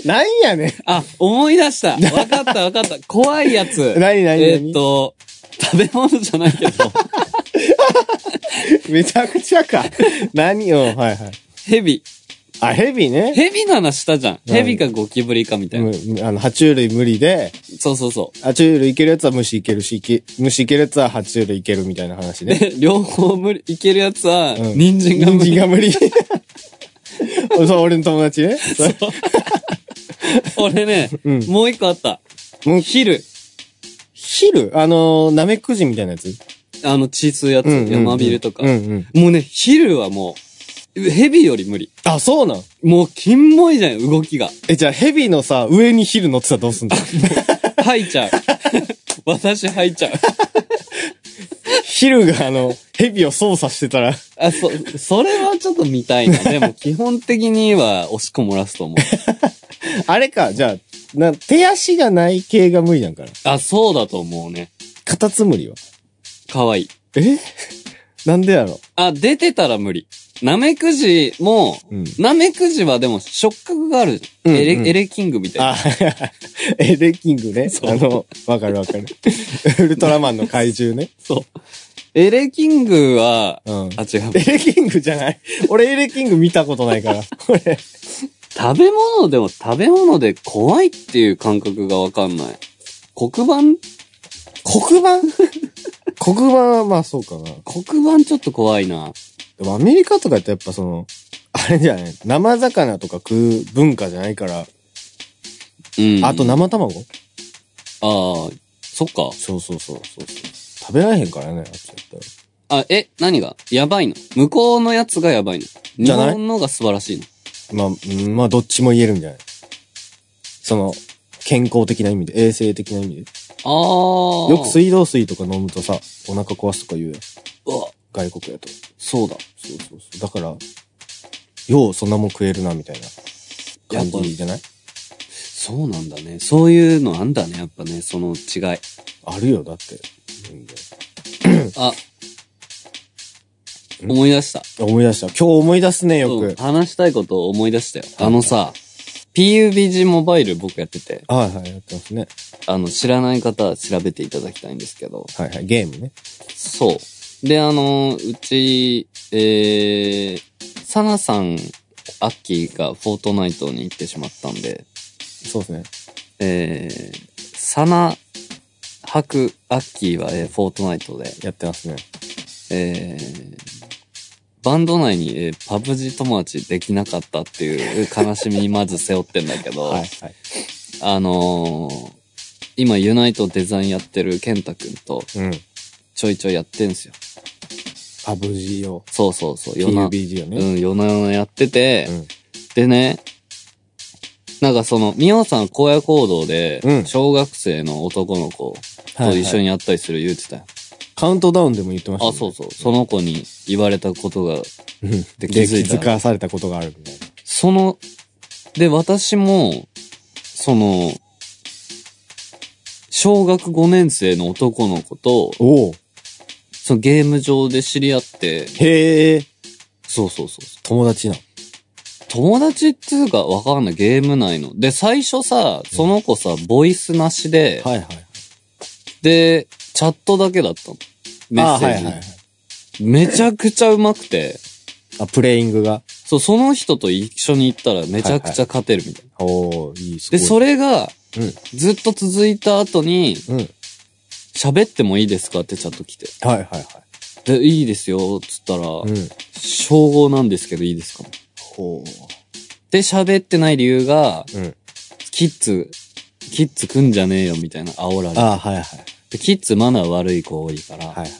[SPEAKER 3] なんやねん。
[SPEAKER 2] あ、思い出した。わかったわかった。怖いやつ。
[SPEAKER 3] 何何何
[SPEAKER 2] えーっと、食べ物じゃないけ
[SPEAKER 3] (laughs)
[SPEAKER 2] ど、
[SPEAKER 3] めちゃくちゃか。 (laughs) 何よ、はいはい。
[SPEAKER 2] ヘビ。
[SPEAKER 3] あ、ヘビね。
[SPEAKER 2] ヘビの話したじゃん。
[SPEAKER 3] うん
[SPEAKER 2] ヘビかゴキブリかみたいな。
[SPEAKER 3] うんあの、爬虫類無理で、
[SPEAKER 2] そうそうそ
[SPEAKER 3] 爬虫類いけるやつは虫いけるし、いけ虫いけるやつは爬虫類いけるみたいな話
[SPEAKER 2] う。
[SPEAKER 3] (laughs) ね。
[SPEAKER 2] で、両方無理、いけるやつは、
[SPEAKER 3] うん
[SPEAKER 2] 人参が無
[SPEAKER 3] 人参
[SPEAKER 2] 理。
[SPEAKER 3] が無理。 (laughs) そう、俺の友達ね。そう
[SPEAKER 2] (laughs) 俺ね、
[SPEAKER 3] うん
[SPEAKER 2] もう一個あった。
[SPEAKER 3] もう、
[SPEAKER 2] ヒル。
[SPEAKER 3] ヒルあのー、ナメックジみたいなやつ
[SPEAKER 2] あの、血吸うやつ。
[SPEAKER 3] うんうんうん
[SPEAKER 2] ヤマビルとか。
[SPEAKER 3] うんうん。
[SPEAKER 2] もうね、ヒルはもう、ヘビより無理。
[SPEAKER 3] あ、そうなん
[SPEAKER 2] もう、キンモいじゃん、動きが。
[SPEAKER 3] え、じゃあヘビのさ、上にヒル乗ってたらどうすんだ
[SPEAKER 2] 吐いちゃう。 (laughs) 私吐いちゃう。
[SPEAKER 3] ヒルがあの、ヘビを操作してたら、
[SPEAKER 2] あ、そ、それはちょっと見たいな。でも、基本的には、おしっこ漏らすと思う。
[SPEAKER 3] (laughs) あれか、じゃあ、な、手足がない系が無理なんかな。
[SPEAKER 2] あ、そうだと思うね。
[SPEAKER 3] カタツムリは。
[SPEAKER 2] かわいい。
[SPEAKER 3] えなんでやろ
[SPEAKER 2] あ、出てたら無理。ナメクジも、
[SPEAKER 3] うん。
[SPEAKER 2] ナメクジはでも触覚があるじゃん。
[SPEAKER 3] うんうん
[SPEAKER 2] エレ、エレキングみたい
[SPEAKER 3] (laughs)
[SPEAKER 2] な。
[SPEAKER 3] あ、エレキングね。
[SPEAKER 2] そう
[SPEAKER 3] あの、わかるわか (laughs) る。ウルトラマンの怪獣ね。
[SPEAKER 2] そう。エレキングは、
[SPEAKER 3] うん
[SPEAKER 2] あ、違う
[SPEAKER 3] エ。レキングじゃない。俺エレキング見たことないから。俺。
[SPEAKER 2] 食べ物でも食べ物で怖いっていう感覚がわかんない。黒板
[SPEAKER 3] 黒板黒板はまあそうかな。
[SPEAKER 2] 黒板ちょっと怖いな。
[SPEAKER 3] でもアメリカとかってやっぱその、あれじゃない生魚とか食う文化じゃないから。
[SPEAKER 2] うん。
[SPEAKER 3] あと
[SPEAKER 2] あ
[SPEAKER 3] 生卵
[SPEAKER 2] あ、そっか。
[SPEAKER 3] そうそうそうそうそう。食べられへんからね、あっちだったら。
[SPEAKER 2] あ、え、何がやばいの向こうのやつがやばいの日
[SPEAKER 3] じゃない
[SPEAKER 2] 本のが素晴らしいの
[SPEAKER 3] まあ、うんまあどっちも言えるんじゃないその、健康的な意味で、衛生的な意味で。
[SPEAKER 2] ああ。
[SPEAKER 3] よく水道水とか飲むとさ、お腹壊すとか言うやん。
[SPEAKER 2] うわ、
[SPEAKER 3] 外国やと。
[SPEAKER 2] そうだ。
[SPEAKER 3] そうそうそう。だから、ようそんなもん食えるな、みたいな
[SPEAKER 2] やっ
[SPEAKER 3] 感
[SPEAKER 2] ぱ
[SPEAKER 3] じじゃない
[SPEAKER 2] そうなんだね。そういうのあんだね、やっぱね、その違い。
[SPEAKER 3] あるよ、だって。全然
[SPEAKER 2] あ、思い出した。
[SPEAKER 3] あ思い出した。今日思い出すね、よ
[SPEAKER 2] うん
[SPEAKER 3] く。
[SPEAKER 2] 話したいことを思い出したよ。
[SPEAKER 3] はい
[SPEAKER 2] あのさ、PUBG モバイル僕やってて、
[SPEAKER 3] はいはい、やってますね。
[SPEAKER 2] あの、知らない方は調べていただきたいんですけど、
[SPEAKER 3] はいはい、ゲームね。
[SPEAKER 2] そう。で、あの、うち、えー、サナさん、アッキーがフォートナイトに行ってしまったんで、
[SPEAKER 3] そうですね。
[SPEAKER 2] えー、サナ、ハク、アッキーは、えーフォートナイトで、
[SPEAKER 3] やってますね。
[SPEAKER 2] えーバンド内に、えーパブジ友達できなかったっていう悲しみにまず背負ってんだけど、
[SPEAKER 3] はいはい。
[SPEAKER 2] あのー今ユナイトデザインやってる健太くんと
[SPEAKER 3] うん。
[SPEAKER 2] ちょいちょいやってんすよ。
[SPEAKER 3] パブ G を。
[SPEAKER 2] そうそうそう、夜な、
[SPEAKER 3] PUBG を
[SPEAKER 2] う
[SPEAKER 3] ね。
[SPEAKER 2] ん、夜な夜なやってて、
[SPEAKER 3] うん
[SPEAKER 2] でね、なんかその、ミオさん荒野行動で
[SPEAKER 3] う、ん
[SPEAKER 2] 小学生の男の子と一緒
[SPEAKER 3] に。
[SPEAKER 2] にやったりする言うてたよ。
[SPEAKER 3] カウントダウンでも言ってましたね。
[SPEAKER 2] あ、そうそう。その子に言われたことが
[SPEAKER 3] うん。で、
[SPEAKER 2] で
[SPEAKER 3] 気
[SPEAKER 2] 気づいた
[SPEAKER 3] づかされたことがあるみたいな。
[SPEAKER 2] その、で、私も、その、小学5年生の男の子と、
[SPEAKER 3] おお。
[SPEAKER 2] そのゲーム上で知り合って、
[SPEAKER 3] へえ。
[SPEAKER 2] そうそうそうそう。
[SPEAKER 3] 友達な。
[SPEAKER 2] 友達っていうかわかんない、ゲーム内の。で、最初さ、その子さ、ボイスなしで、
[SPEAKER 3] はいはい。
[SPEAKER 2] で、チャットだけだったの。メッセージ。
[SPEAKER 3] あはいはいはい。
[SPEAKER 2] めちゃくちゃ上手くて、
[SPEAKER 3] あ、プレイングが。
[SPEAKER 2] そう、その人と一緒に行ったらめちゃくちゃ勝てるみたいな。
[SPEAKER 3] おおいい、すご
[SPEAKER 2] で、
[SPEAKER 3] い。
[SPEAKER 2] それが、
[SPEAKER 3] うん
[SPEAKER 2] ずっと続いた後に、
[SPEAKER 3] うん。はい
[SPEAKER 2] 喋ってもいいですかってチャット来て。
[SPEAKER 3] はいはい。
[SPEAKER 2] で、いいですよ、つったら、
[SPEAKER 3] うん。
[SPEAKER 2] 称号なんですけどいいですか
[SPEAKER 3] ほ
[SPEAKER 2] で、喋ってない理由が、
[SPEAKER 3] う。うん。
[SPEAKER 2] キッズ、キッズ来んじゃねえよ、みたいな煽られて。
[SPEAKER 3] あはいはい。
[SPEAKER 2] でキッズマナー悪い子多いから、
[SPEAKER 3] はいはい。
[SPEAKER 2] っ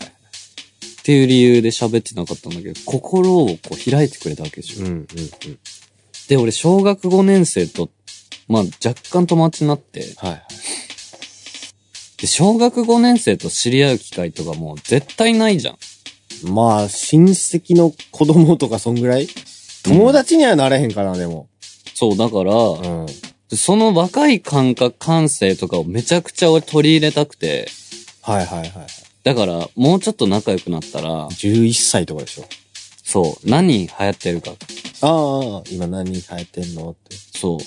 [SPEAKER 2] ていう理由で喋ってなかったんだけど、心をこう開いてくれたわけでしょ。
[SPEAKER 3] うんうんうん。
[SPEAKER 2] で、俺、小学5年生と、まあ、若干友達になって、
[SPEAKER 3] はいはい。
[SPEAKER 2] で、小学5年生と知り合う機会とかもう絶対ないじゃん。
[SPEAKER 3] まあ、親戚の子供とかそんぐらい友達にはなれへんかな、でも。
[SPEAKER 2] そう、だから、
[SPEAKER 3] うん。
[SPEAKER 2] その若い感覚、感性とかをめちゃくちゃ俺取り入れたくて、
[SPEAKER 3] はいはいはい。
[SPEAKER 2] だから、もうちょっと仲良くなったら、
[SPEAKER 3] 11歳とかでしょ。
[SPEAKER 2] そう、何流行ってるか。
[SPEAKER 3] ああ、今何流行ってんのって。
[SPEAKER 2] そう。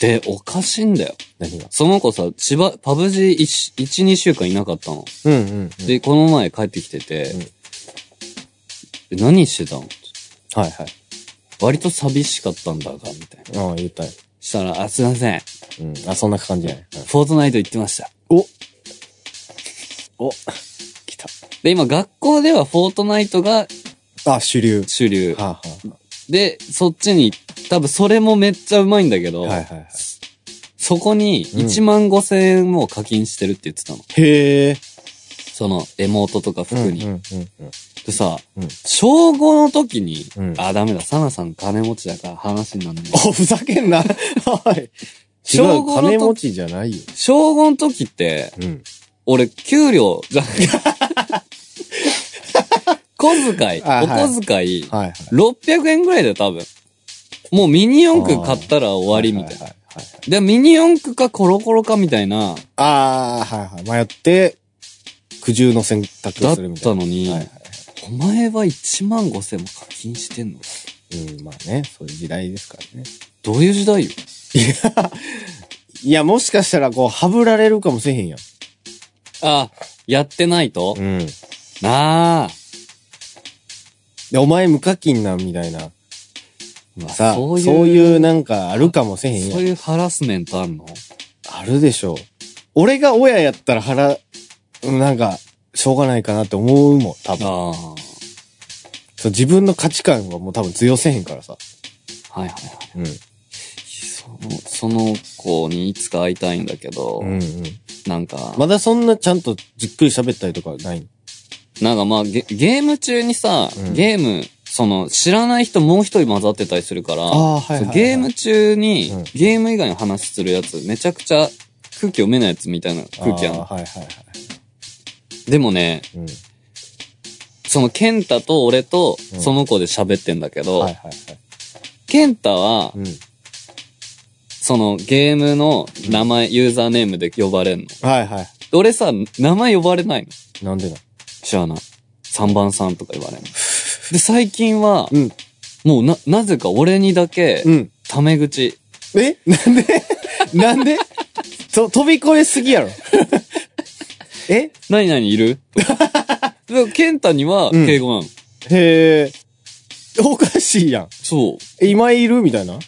[SPEAKER 2] で、おかしいんだよ。
[SPEAKER 3] 何が
[SPEAKER 2] その子さ、千葉、パブジ1、1、2週間いなかったの。
[SPEAKER 3] うんうん、うん。
[SPEAKER 2] で、この前帰ってきてて、え何してたの
[SPEAKER 3] はいはい。
[SPEAKER 2] 割と寂しかったんだが、みたいな。
[SPEAKER 3] ああ、言いたい。
[SPEAKER 2] したら、あ、すいません。
[SPEAKER 3] うん。あ、そんな感じやね。
[SPEAKER 2] フォートナイト行ってました。
[SPEAKER 3] おお来
[SPEAKER 2] で、今、学校ではフォートナイトが
[SPEAKER 3] た。あ、主流。
[SPEAKER 2] 主流。
[SPEAKER 3] は
[SPEAKER 2] で、そっちに、多分それもめっちゃうまいんだけ
[SPEAKER 3] あ
[SPEAKER 2] ど、
[SPEAKER 3] はあ、はいはいはい。
[SPEAKER 2] そこに1万5千円も課金してるって言ってたの。
[SPEAKER 3] へえ。
[SPEAKER 2] その、エモートとか服に。
[SPEAKER 3] うんうんうんうん。
[SPEAKER 2] でさ、
[SPEAKER 3] うん
[SPEAKER 2] 小5の時に、
[SPEAKER 3] うん
[SPEAKER 2] あ、ダメだ、サナさん金持ちだから話になんない。
[SPEAKER 3] お、ふざけんな。はい。違
[SPEAKER 2] 小
[SPEAKER 3] う、
[SPEAKER 2] 五の時
[SPEAKER 3] 金持ちじゃないよ。
[SPEAKER 2] 小5の時って、
[SPEAKER 3] うん。
[SPEAKER 2] 俺、給料、じゃ、小遣い、お
[SPEAKER 3] (laughs) あはい
[SPEAKER 2] 小遣い、
[SPEAKER 3] はいはい。
[SPEAKER 2] 600円ぐらいだよ、多分。もうミニ四駆買ったら終わりみたい
[SPEAKER 3] は
[SPEAKER 2] な。
[SPEAKER 3] ははいはい。
[SPEAKER 2] で、ミニ四駆かコロコロかみたいな、
[SPEAKER 3] ああ、はいはい。迷って、苦渋の選択
[SPEAKER 2] だ
[SPEAKER 3] を
[SPEAKER 2] っ
[SPEAKER 3] するみた
[SPEAKER 2] た
[SPEAKER 3] いな。
[SPEAKER 2] のに、
[SPEAKER 3] はいは
[SPEAKER 2] お前は1万5千も課金してんの
[SPEAKER 3] い。うん、まあね、そういう時代ですからね。
[SPEAKER 2] どういう時代よ
[SPEAKER 3] いや、もしかしたら、こう、はぶられるかもしれへんやん。
[SPEAKER 2] あ、やってないと、
[SPEAKER 3] うん。
[SPEAKER 2] なあ。
[SPEAKER 3] で、お前無課金な、みたいな。
[SPEAKER 2] うわ
[SPEAKER 3] さあ、
[SPEAKER 2] そ
[SPEAKER 3] そうう
[SPEAKER 2] いう
[SPEAKER 3] いうなんかあるかもしれへん
[SPEAKER 2] そう
[SPEAKER 3] やん。
[SPEAKER 2] いうハラスメントあんの
[SPEAKER 3] あるでしょう。俺が親やったら腹、うんなんか、しょうがないかなって思うもん、多分。
[SPEAKER 2] ああ。
[SPEAKER 3] そう自分の価値観はもう多分通用せへんからさ。
[SPEAKER 2] はいはいはい。
[SPEAKER 3] うん。
[SPEAKER 2] その、その子にいつか会いたいんだけど、
[SPEAKER 3] うんうん。
[SPEAKER 2] なんか、
[SPEAKER 3] まだそんなちゃんとじっくり喋ったりとかない
[SPEAKER 2] なんかまあゲ、ゲーム中にさ、
[SPEAKER 3] うん
[SPEAKER 2] ゲーム、その、知らない人もう一人混ざってたりするから、
[SPEAKER 3] あーはいはいはい
[SPEAKER 2] そうゲーム中に、
[SPEAKER 3] うん
[SPEAKER 2] ゲーム以外の話するやつ、めちゃくちゃ空気読めないやつみたいな空気あん
[SPEAKER 3] あ
[SPEAKER 2] の
[SPEAKER 3] ーはいはいはい。
[SPEAKER 2] でもね、
[SPEAKER 3] うん。
[SPEAKER 2] その、ケンタと俺と、
[SPEAKER 3] うん
[SPEAKER 2] その子で喋ってんだけど、
[SPEAKER 3] はいはいはい。
[SPEAKER 2] ケンタは
[SPEAKER 3] う、ん。
[SPEAKER 2] その、ゲームの名前、ユーザーネームで呼ばれんの。
[SPEAKER 3] はいはい。
[SPEAKER 2] 俺さ、名前呼ばれないの。
[SPEAKER 3] なんでな。
[SPEAKER 2] 知らない。3番さんとか言われんの。で、最近は、
[SPEAKER 3] うん。
[SPEAKER 2] もうな、なぜか俺にだけ
[SPEAKER 3] う、ん。
[SPEAKER 2] タメ口。
[SPEAKER 3] え (laughs) なんでなんで (laughs) と、飛び越えすぎやろ。 (laughs) え
[SPEAKER 2] 何々い
[SPEAKER 3] (laughs)
[SPEAKER 2] るとかでケンタには、
[SPEAKER 3] うん
[SPEAKER 2] 敬語なの。
[SPEAKER 3] へえ。おかしいやん。
[SPEAKER 2] そう。
[SPEAKER 3] え、今いるみたいな。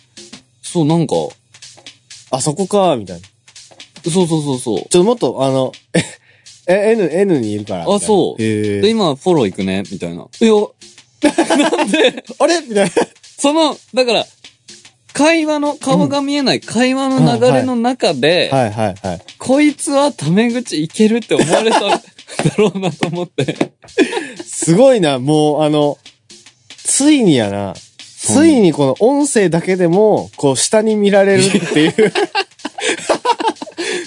[SPEAKER 2] そう、なんか、
[SPEAKER 3] あ、そこか、みたいな。
[SPEAKER 2] そうそうそうそう。
[SPEAKER 3] ちょ、もっと、あの、え、え N、N にいるから。みたいな
[SPEAKER 2] そう
[SPEAKER 3] へ
[SPEAKER 2] で、
[SPEAKER 3] え。
[SPEAKER 2] 今、フォロー行くねみたいな。いや、
[SPEAKER 3] あれみたい
[SPEAKER 2] その、だから、会話の、顔が見えない会話の流れの中で、
[SPEAKER 3] な。はいはいはい。
[SPEAKER 2] こいつはタメ口いけるって思われただろうなと思って。
[SPEAKER 3] すごいな、もう、あの、ついにやな。ついにこの音声だけでも、こう、下に見られるっていう。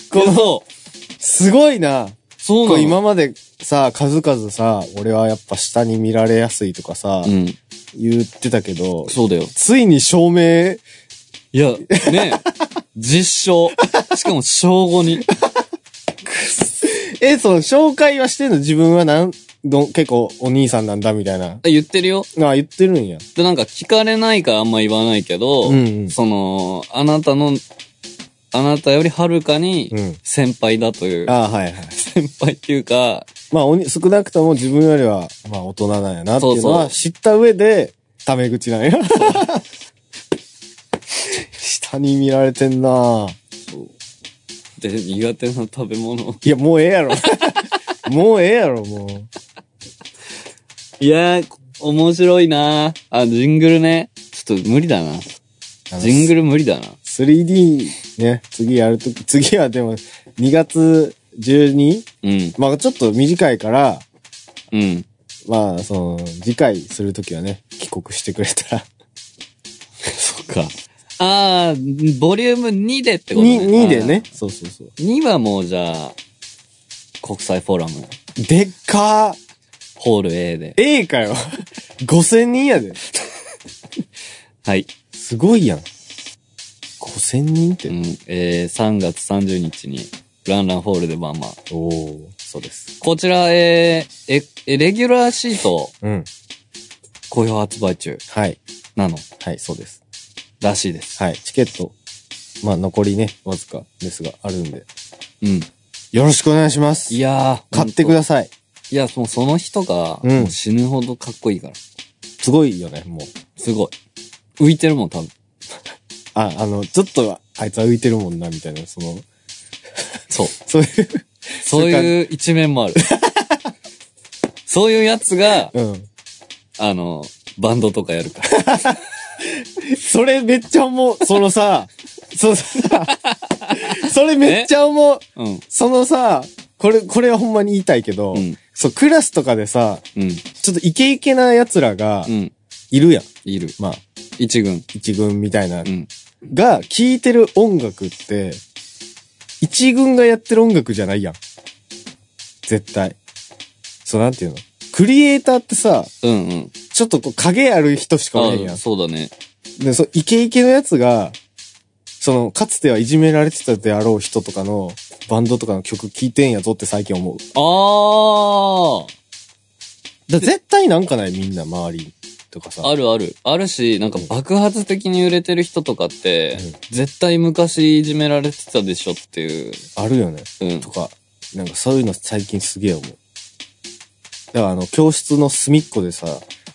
[SPEAKER 3] この、
[SPEAKER 2] そう。
[SPEAKER 3] すごいな。
[SPEAKER 2] そうな
[SPEAKER 3] こ
[SPEAKER 2] の
[SPEAKER 3] う今までさ、数々さ、俺はやっぱ下に見られやすいとかさ、
[SPEAKER 2] うん。
[SPEAKER 3] 言ってたけど、
[SPEAKER 2] そうだよ。
[SPEAKER 3] ついに証明、
[SPEAKER 2] いや、
[SPEAKER 3] (laughs)
[SPEAKER 2] ね実証。しかも、小5に。
[SPEAKER 3] え、その紹介はしてんの自分はなん、どん、結構お兄さんなんだみたいな。
[SPEAKER 2] 言ってるよ。
[SPEAKER 3] あ、言ってるんや。
[SPEAKER 2] で、なんか聞かれないからあんま言わないけど、
[SPEAKER 3] うんうん
[SPEAKER 2] その、あなたの、あなたよりはるかに
[SPEAKER 3] うん、
[SPEAKER 2] 先輩だという、
[SPEAKER 3] あはいはい。
[SPEAKER 2] 先輩っていうか、
[SPEAKER 3] まあ、おに、少なくとも自分よりは、まあ、大人なんやなってい
[SPEAKER 2] そ
[SPEAKER 3] うの
[SPEAKER 2] うそう
[SPEAKER 3] は知った上で、タメ口なんや。下に見られてんなぁ
[SPEAKER 2] で、苦手な食べ物。
[SPEAKER 3] いや、もうええ
[SPEAKER 2] (laughs)
[SPEAKER 3] やろ。もうええやろ、もう。
[SPEAKER 2] いやー、面白いなーあ、ジングルね。ちょっと無理だな。ジングル無理だな。
[SPEAKER 3] 3D ね、次やるとき、次はでも、2月 12?
[SPEAKER 2] うん、
[SPEAKER 3] まあちょっと短いから、
[SPEAKER 2] うん。
[SPEAKER 3] まあ、その、次回するときはね、帰国してくれたら、
[SPEAKER 2] (laughs) そっか。ああ、ボリューム2でってことね。
[SPEAKER 3] に2でね。そうそうそう。
[SPEAKER 2] あー。2はもうじゃあ、国際フォーラム、
[SPEAKER 3] でっかー
[SPEAKER 2] ホール A で。
[SPEAKER 3] ええかよ (laughs) !5000 人やで。
[SPEAKER 2] はい。
[SPEAKER 3] すごいやん。5000人って。
[SPEAKER 2] うん、えー、3月30日に、ランランホールでバンバン。
[SPEAKER 3] おお。
[SPEAKER 2] そうです。こちら、えー、え、えレギュラーシート、
[SPEAKER 3] うん。
[SPEAKER 2] 好評発売中
[SPEAKER 3] はい。
[SPEAKER 2] なの。
[SPEAKER 3] はい、そうです。
[SPEAKER 2] らしいです。
[SPEAKER 3] はい。チケット、まあ残りね、わずかですが、あるんで。
[SPEAKER 2] うん。
[SPEAKER 3] よろしくお願いします。
[SPEAKER 2] いやー。
[SPEAKER 3] 買ってく
[SPEAKER 2] さ
[SPEAKER 3] ださい。
[SPEAKER 2] い。いや、もうその人が、
[SPEAKER 3] うん
[SPEAKER 2] もう死ぬほどかっこいいから。
[SPEAKER 3] すごいよね、もう。
[SPEAKER 2] すごい。浮いてるもん、多分。
[SPEAKER 3] あ、あの、ちょっと、あいつは浮いてるもんな、みたいな、その、
[SPEAKER 2] そう。
[SPEAKER 3] そういう、
[SPEAKER 2] そういう一面もある。 (laughs) そういうやつが、
[SPEAKER 3] うん。
[SPEAKER 2] あの、バンドとかやるから。
[SPEAKER 3] それめっちゃ思う。そ
[SPEAKER 2] (laughs)
[SPEAKER 3] のさ、そのさ、それめっちゃ思う。
[SPEAKER 2] うん。
[SPEAKER 3] そのさ、これ、これはほんまに言いたいけど、
[SPEAKER 2] うん。
[SPEAKER 3] そう、クラスとかでさ、
[SPEAKER 2] うん。
[SPEAKER 3] ちょっとイケイケな奴らが
[SPEAKER 2] う、ん。
[SPEAKER 3] いるやん。
[SPEAKER 2] いる。
[SPEAKER 3] まあ、
[SPEAKER 2] 一軍。
[SPEAKER 3] 一軍みたいな
[SPEAKER 2] う。ん。
[SPEAKER 3] が、聴いてる音楽って、一軍がやってる音楽じゃないやん。絶対。そう、なんていうのクリエイターってさ、
[SPEAKER 2] うんうん。
[SPEAKER 3] ちょっとこう影ある人しかおれへんや
[SPEAKER 2] あ
[SPEAKER 3] ん。
[SPEAKER 2] そうだね。
[SPEAKER 3] で、そう、イケイケのやつが、その、かつてはいじめられてたであろう人とかの、バンドとかの曲聴いてんやぞって最近思う。
[SPEAKER 2] あー。
[SPEAKER 3] だ絶対なんかないみんな周りとかさ。
[SPEAKER 2] あるある。あるし、なんか爆発的に売れてる人とかって、
[SPEAKER 3] うん
[SPEAKER 2] 絶対昔いじめられてたでしょっていう。
[SPEAKER 3] あるよね。
[SPEAKER 2] うん
[SPEAKER 3] と。か、なんかそういうの最近すげえ思う。だからあの、教室の隅っこでさ、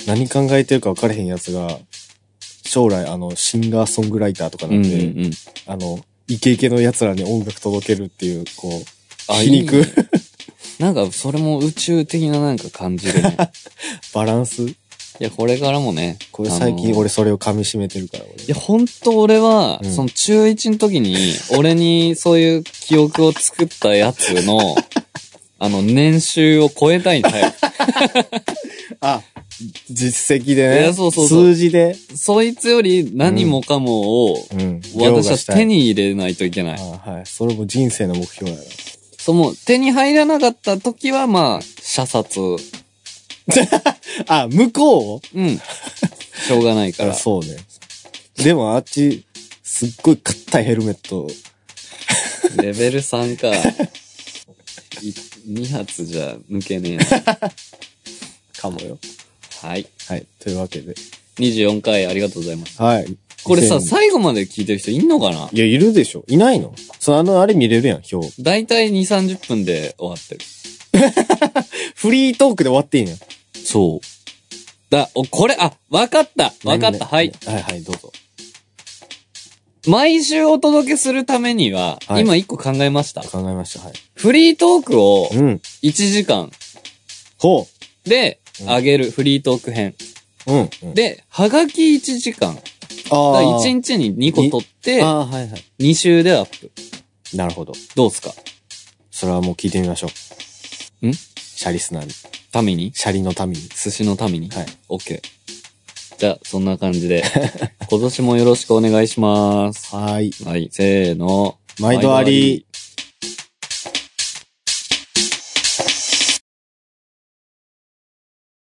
[SPEAKER 3] 何考えてるか分かれへんやつが、将来あの、シンガーソングライターとか
[SPEAKER 2] う
[SPEAKER 3] なん
[SPEAKER 2] うんんう
[SPEAKER 3] で、
[SPEAKER 2] ん。
[SPEAKER 3] あの、イケイケの奴らに音楽届けるっていう、こう、
[SPEAKER 2] あ
[SPEAKER 3] 皮肉
[SPEAKER 2] いいねなんか、それも宇宙的ななんか感じ
[SPEAKER 3] (laughs)
[SPEAKER 2] るね。
[SPEAKER 3] バランス
[SPEAKER 2] いや、これからもね。
[SPEAKER 3] これ最
[SPEAKER 2] あの
[SPEAKER 3] 近
[SPEAKER 2] ー
[SPEAKER 3] 俺それを噛み締めてるから、
[SPEAKER 2] いや、ほんと俺は、
[SPEAKER 3] うん
[SPEAKER 2] その中1の時に、俺にそういう記憶を作ったやつ
[SPEAKER 3] (laughs)
[SPEAKER 2] の、あの、年収を超えたいんだよ。
[SPEAKER 3] 俺。あ、実
[SPEAKER 2] い
[SPEAKER 3] 績でね。
[SPEAKER 2] やそうそうそう
[SPEAKER 3] 数字で。
[SPEAKER 2] そいつより何もかもを、
[SPEAKER 3] うん。
[SPEAKER 2] 私は手
[SPEAKER 3] に。
[SPEAKER 2] に入れないといけない。
[SPEAKER 3] あはい。それも人生の目標やな。
[SPEAKER 2] その、手に入らなかった時は、まあ、射殺。う。
[SPEAKER 3] あ、向こうん
[SPEAKER 2] しょうがないから。
[SPEAKER 3] あ (laughs) そうね。でもあっち、すっごい硬いヘルメット。
[SPEAKER 2] レベル3か。
[SPEAKER 3] (laughs)
[SPEAKER 2] い2発じゃ抜けねえ
[SPEAKER 3] かもよ。
[SPEAKER 2] な。はい。
[SPEAKER 3] (laughs) はい。というわけで。
[SPEAKER 2] 24回ありがとうございます。
[SPEAKER 3] はい。
[SPEAKER 2] これさ、
[SPEAKER 3] 2000
[SPEAKER 2] 最後まで聞いてる人いんのかない
[SPEAKER 3] や、いるでしょ。いないのそのあの、あれ見れるやん、表。
[SPEAKER 2] だいたい2、30分で終わってる。
[SPEAKER 3] フリートークで終わっていいの
[SPEAKER 2] そう。だ、お、これ、あ、わかったわかった、はい。。
[SPEAKER 3] 何々はい、はい、どうぞ。
[SPEAKER 2] 毎週お届けするためには、
[SPEAKER 3] はい
[SPEAKER 2] 今1個考えました。
[SPEAKER 3] 考えました、はい。
[SPEAKER 2] フリートークを
[SPEAKER 3] うん。
[SPEAKER 2] 1時間
[SPEAKER 3] ほ
[SPEAKER 2] で
[SPEAKER 3] うん
[SPEAKER 2] 上げる、フリートーク編。
[SPEAKER 3] う。うん。うん、
[SPEAKER 2] で、はがき1時間。
[SPEAKER 3] あー
[SPEAKER 2] 1日に2個取って、
[SPEAKER 3] あーはいは
[SPEAKER 2] 2週でアップ。
[SPEAKER 3] い。なるほど。
[SPEAKER 2] どうすか
[SPEAKER 3] それはもう聞いてみましょう。
[SPEAKER 2] ん
[SPEAKER 3] シャリスナーに。
[SPEAKER 2] ために
[SPEAKER 3] シャリのために。
[SPEAKER 2] 寿司のために
[SPEAKER 3] はい。
[SPEAKER 2] オッケー。じゃあ、そんな感じ
[SPEAKER 3] (laughs)
[SPEAKER 2] で、今年もよろしくお願いします。
[SPEAKER 3] はーい。
[SPEAKER 2] はい、せーの。
[SPEAKER 3] 毎度あり。